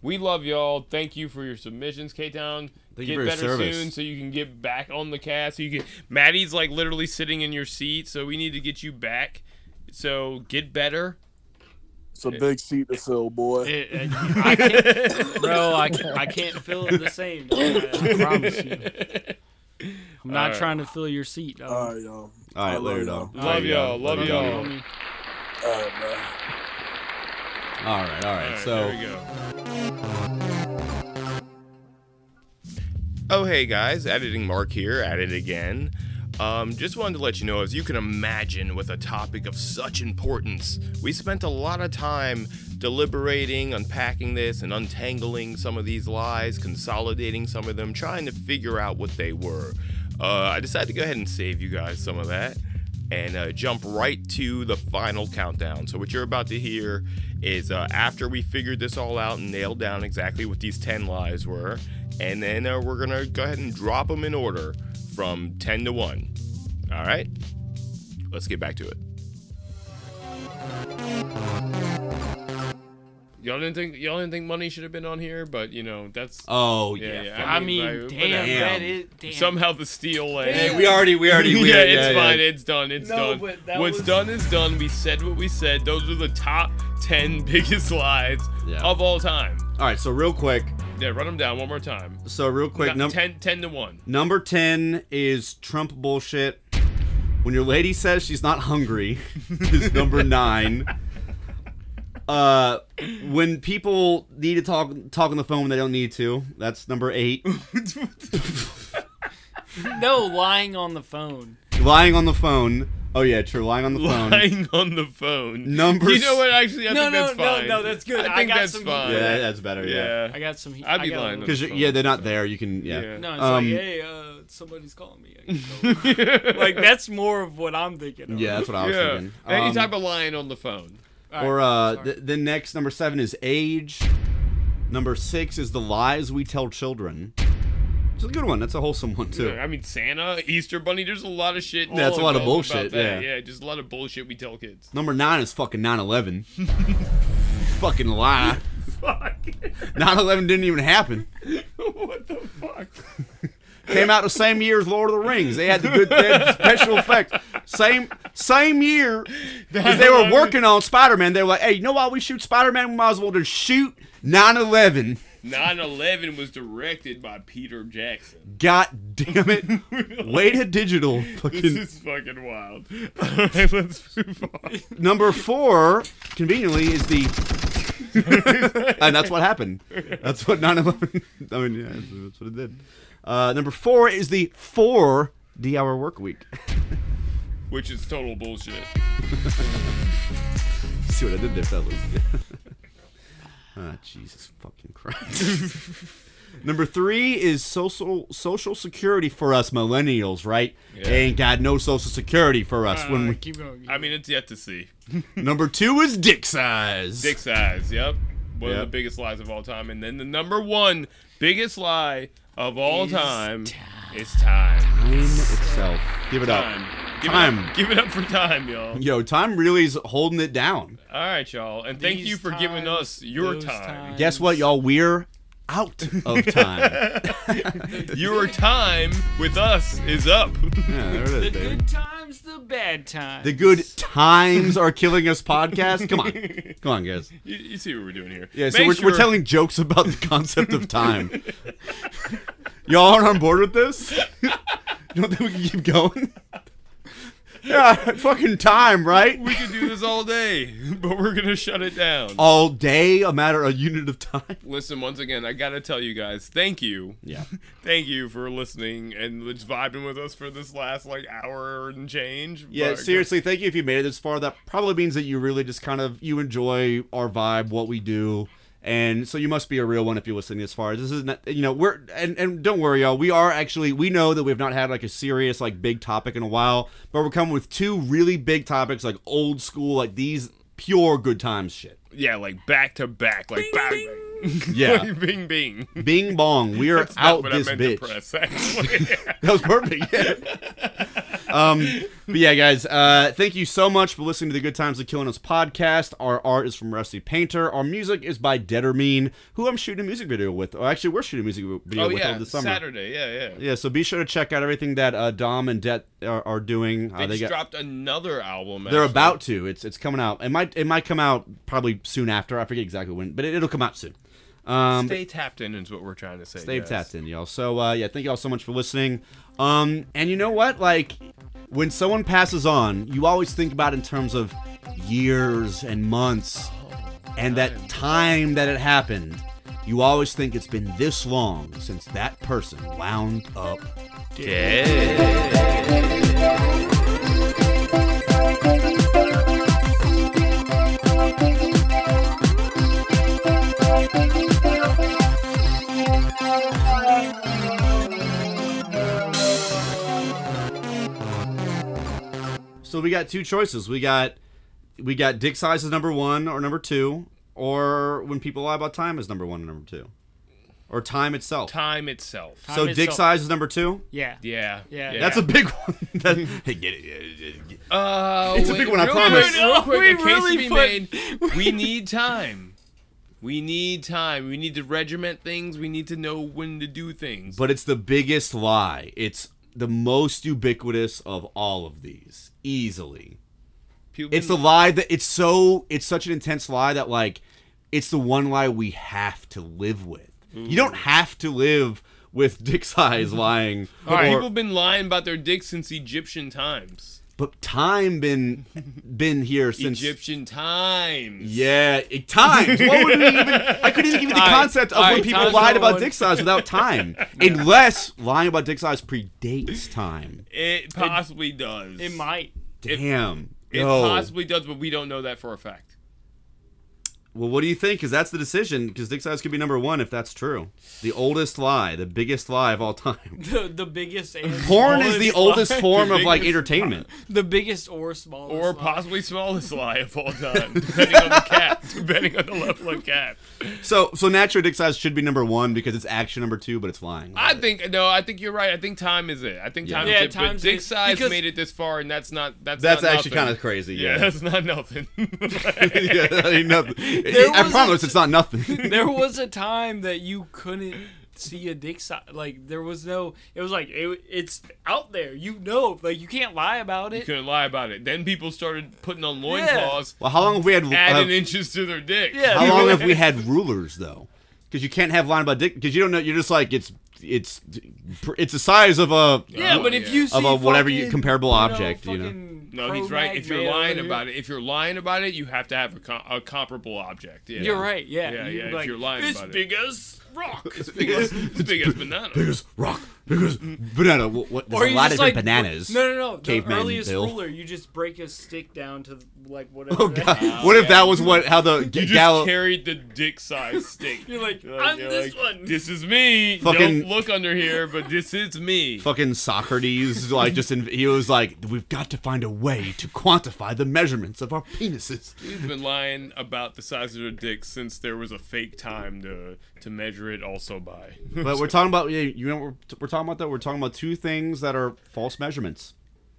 We love y'all. Thank you for your submissions, K Town. Thank Get you for your better service. soon so you can get back on the cast. So you can Maddie's like literally sitting in your seat, so we need to get you back. So get better. It's a big seat to fill, boy. It- it- uh, (laughs) I can't, bro, I, can't- I can't feel it the (laughs) same. I, I promise you. I'm not Alright. trying to fill your seat. Oh, dog. All right, y'all. all I right, love later, y'all. dog. Love Later, y'all, dog. love Later, y'all. dog. Homie. All right, man. All right, all right. All right, so there we go. Oh hey guys, editing Mark here, at it again. Um, just wanted to let you know, as you can imagine, with a topic of such importance, we spent a lot of time deliberating, unpacking this, and untangling some of these lies, consolidating some of them, trying to figure out what they were. Uh, I decided to go ahead and save you guys some of that and uh, jump right to the final countdown. So, what you're about to hear is uh, after we figured this all out and nailed down exactly what these 10 lies were, and then uh, we're gonna go ahead and drop them in order from 10 to 1. All right, let's get back to it. Y'all didn't think y'all didn't think money should have been on here, but you know that's Oh Yeah, yeah. yeah. fuck. I mean, Like, damn, whatever. that is damn. somehow the steel lane. Hey, we already, we already, (laughs) we yeah, already- it's yeah, fine. yeah. It's done. It's No, done. but that What's was- done is done. We said what we said. Those were the top 10 (laughs) biggest lies Yeah. of all time. All right, so real quick, Yeah, run them down one more time. so real quick, Got number 10, 10 to 1. number ten is Trump bullshit. When your lady says she's not hungry, (laughs) is number nine. Uh, when people need to talk talk on the phone when they don't need to, that's number (laughs) eight. no lying on the phone. lying on the phone. Oh yeah, true. Lying on the phone. Lying on the (laughs) phone. Number. You know what? Actually, I No, think no, that's no, fine. no, that's good. I I think got that's some- fine. Yeah, that- that's better. Yeah. Yeah. I got some. heat. I'd I be got lying. a- Because yeah, they're not there. You can yeah. Yeah. No, it's Um, like, hey, uh, somebody's calling me. I (laughs) gotta go." like that's more of what I'm thinking. Of. Yeah, that's what I was Yeah. thinking. Any Um, type of lying on the phone. or uh, the, the next number seven is age. Number six is the lies we tell children. It's a good one. That's a wholesome one too. I mean, Santa, Easter Bunny, there's a lot of shit. Yeah, it's a all lot of involved about bullshit, that. yeah. Yeah, just a lot of bullshit we tell (laughs) kids. Number nine is fucking 9/11. (laughs) fucking lie. (laughs) Fuck. 9/11 didn't even happen. what the fuck? Came out the same year as Lord of the Rings. They had the good they had special effects. Same same year. Because they were working on Spider Man. They were like, hey, you know why we shoot Spider Man? We might as well just shoot 9 11. 9/11 was directed by Peter (laughs) Jackson. God damn (laughs) it. Way to digital. This Fucking. is fucking wild. All right, let's move on. Number four, conveniently, is the. (laughs) and that's what happened. That's what 9 11. I mean, yeah, that's, that's what it did. Uh, number four is the four D hour work week. (laughs) (laughs) Which is total bullshit. See what I did there, fellas. (laughs) Ah, Jesus fucking Christ. (laughs) Number three is social social security for us millennials, right? They ain't got no social security for us. when Uh, we, keep going. I mean, it's yet to see. number two is dick size. Dick size. Yep. One of Yep. the biggest lies of all time, and then the number one biggest lie of all time is time. Time itself. Give it Time. up. Give It Time. up. Give it up for time, y'all. Yo, time really is holding it down. All right, y'all, and thank These you for giving times, us your those time. times. Guess what, y'all? We're out of time. Your time with us is up. (laughs) yeah, there it The is, baby. good times, the bad times. The good times are killing us podcast. Come on. Come on, guys. you, you see what we're doing here. Yeah, so Make we're, sure- we're telling jokes about the concept of time. (laughs) Y'all aren't on board with this? you don't think we can keep going? (laughs) Yeah, fucking time, right? We could do this all day, (laughs) but we're gonna shut it down. All day, a matter, a unit of time. Listen, once again, I gotta tell you guys, thank you. Yeah. Thank you for listening and just vibing with us for this last like hour and change. Yeah, But- seriously, thank you if you made it this far. That probably means that you really just kind of you enjoy our vibe, what we do. And so you must be a real one if you're listening this far. This is not, you know, we're and and don't worry y'all, we are actually we know that we've not had like a serious like big topic in a while, but we're coming with two really big topics like old school like these pure good times shit. Yeah, like back to back, like bang, bang. Yeah. Like, (laughs) bing, bing. (laughs) Bing bong, we are That's not out what this I meant bitch. to press, (laughs) actually. That was perfect. (laughs) yeah. um, but yeah, guys, uh, thank you so much for listening to the Good Times of Killing Us podcast. Our art is from Rusty Painter. Our music is by Dead or Mean, who I'm shooting a music video with. Or actually, we're shooting a music video oh with yeah, over the summer. Saturday. Yeah, yeah. Yeah, so be sure to check out everything that uh, Dom and Det are, are doing. Uh, They, they just got- dropped another album. they're actually. about to. It's it's coming out. It might it might come out probably soon after. I forget exactly when, but it, it'll come out soon. Um, Stay tapped in is what we're trying to say. Stay guys. tapped in, y'all. So uh, yeah, thank y'all so much for listening. Um, and you know what? Like, when someone passes on, you always think about in terms of years and months, and that time that it happened. You always think it's been this long since that person wound up So we got two choices. We got we got dick size is number one or number two, or when people lie about time is number one and number two, or time itself. Time itself. so Time dick itself. size is number two. Yeah. Yeah. Yeah. That's a big one. (laughs) That, hey, get it, yeah, yeah, yeah. Uh, It's a wait, big one, I real promise. quick, real quick, We a case really to be put- made. We need time. We need time. We need to regiment things. We need to know when to do things. But it's the biggest lie. It's the most ubiquitous of all of these, easily. People It's the been- lie that it's so it's such an intense lie that like it's the one lie we have to live with. You don't have to live with dick (laughs) size lying. All right, or- people have been lying about their dick since Egyptian times. but time been been here since Egyptian times. yeah it, times. What would we even? (laughs) (laughs) I couldn't even give you the All right, concept of all when right, people time's lied number about one. dick size without time, unless lying about dick size predates time. It possibly does. It might. (laughs) Damn. It No. possibly does, but we don't know that for a fact. Well, what do you think? Because that's the decision. Because dick size could be number one if that's true. The oldest lie, the biggest lie of all time. (laughs) The, the biggest and Porn is the smallest (laughs) oldest lie. form of like biggest entertainment. The biggest or smallest. Or lie. possibly smallest lie of all time, depending on the cat, (laughs) depending on the level of cat. So, so natural dick size should be number one because it's action number two, but it's lying. I think no. I think you're right. I think time is it. I think time Yeah, is it. But time's dick it. size Because- made it this far, and that's not that's that's not actually nothing. kind of crazy. (laughs) yeah. Yeah. (laughs) That's not nothing. yeah, that ain't nothing. There I was promise it's not nothing. there was a time that you couldn't see a dick size. Like there was no. It was like it, it's out there. You know, like you can't lie about (laughs) it. Couldn't lie about it. Then people started putting on loincloths, Well, how long have we had? adding Uh, inches to their dick. Yeah. how long have we had rulers though? Because you can't have lying about dick because you don't know. You're just like it's it's it's the size of a oh, Yeah, but if you see of a whatever you- fucking, comparable object, you know. fucking No, he's Pro right. Mag If you're man lying over here- about it, if you're lying about it, you have to have a, com- a comparable object. Yeah. You're right. Yeah. Yeah, You- yeah, if you're lying it's about it." big as rock. (laughs) It's big as, it's big as banana. biggest rock, biggest banana. What, what, there's or a you lot of just different like bananas. No, no, no. The Caveman earliest Bill. ruler, you just break a stick down to like whatever. Oh that- god! what if that was what how the You g- just Gallo? carried the dick size stick. (laughs) (laughs) You're like, You're I'm you're this one. This is me. Fucking- Don't look under here, but this is me. Fucking Socrates, like just in, he was like, we've got to find a way to quantify the measurements of our penises. He's been lying about the size of their dick since there was a fake time to to measure it also by. (laughs) But we're talking about yeah, you know what we're, we're talking about though. We're talking about two things that are false measurements.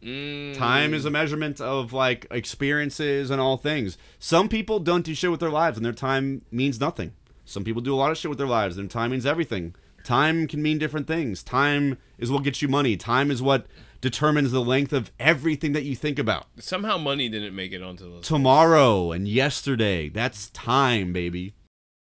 Time is a measurement of like experiences and all things. Some people don't do shit with their lives, and their time means nothing. Some people do a lot of shit with their lives, and time means everything. Time can mean different things. Time is what gets you money. Time is what determines the length of everything that you think about. Somehow money didn't make it onto the Tomorrow and yesterday, that's time, baby.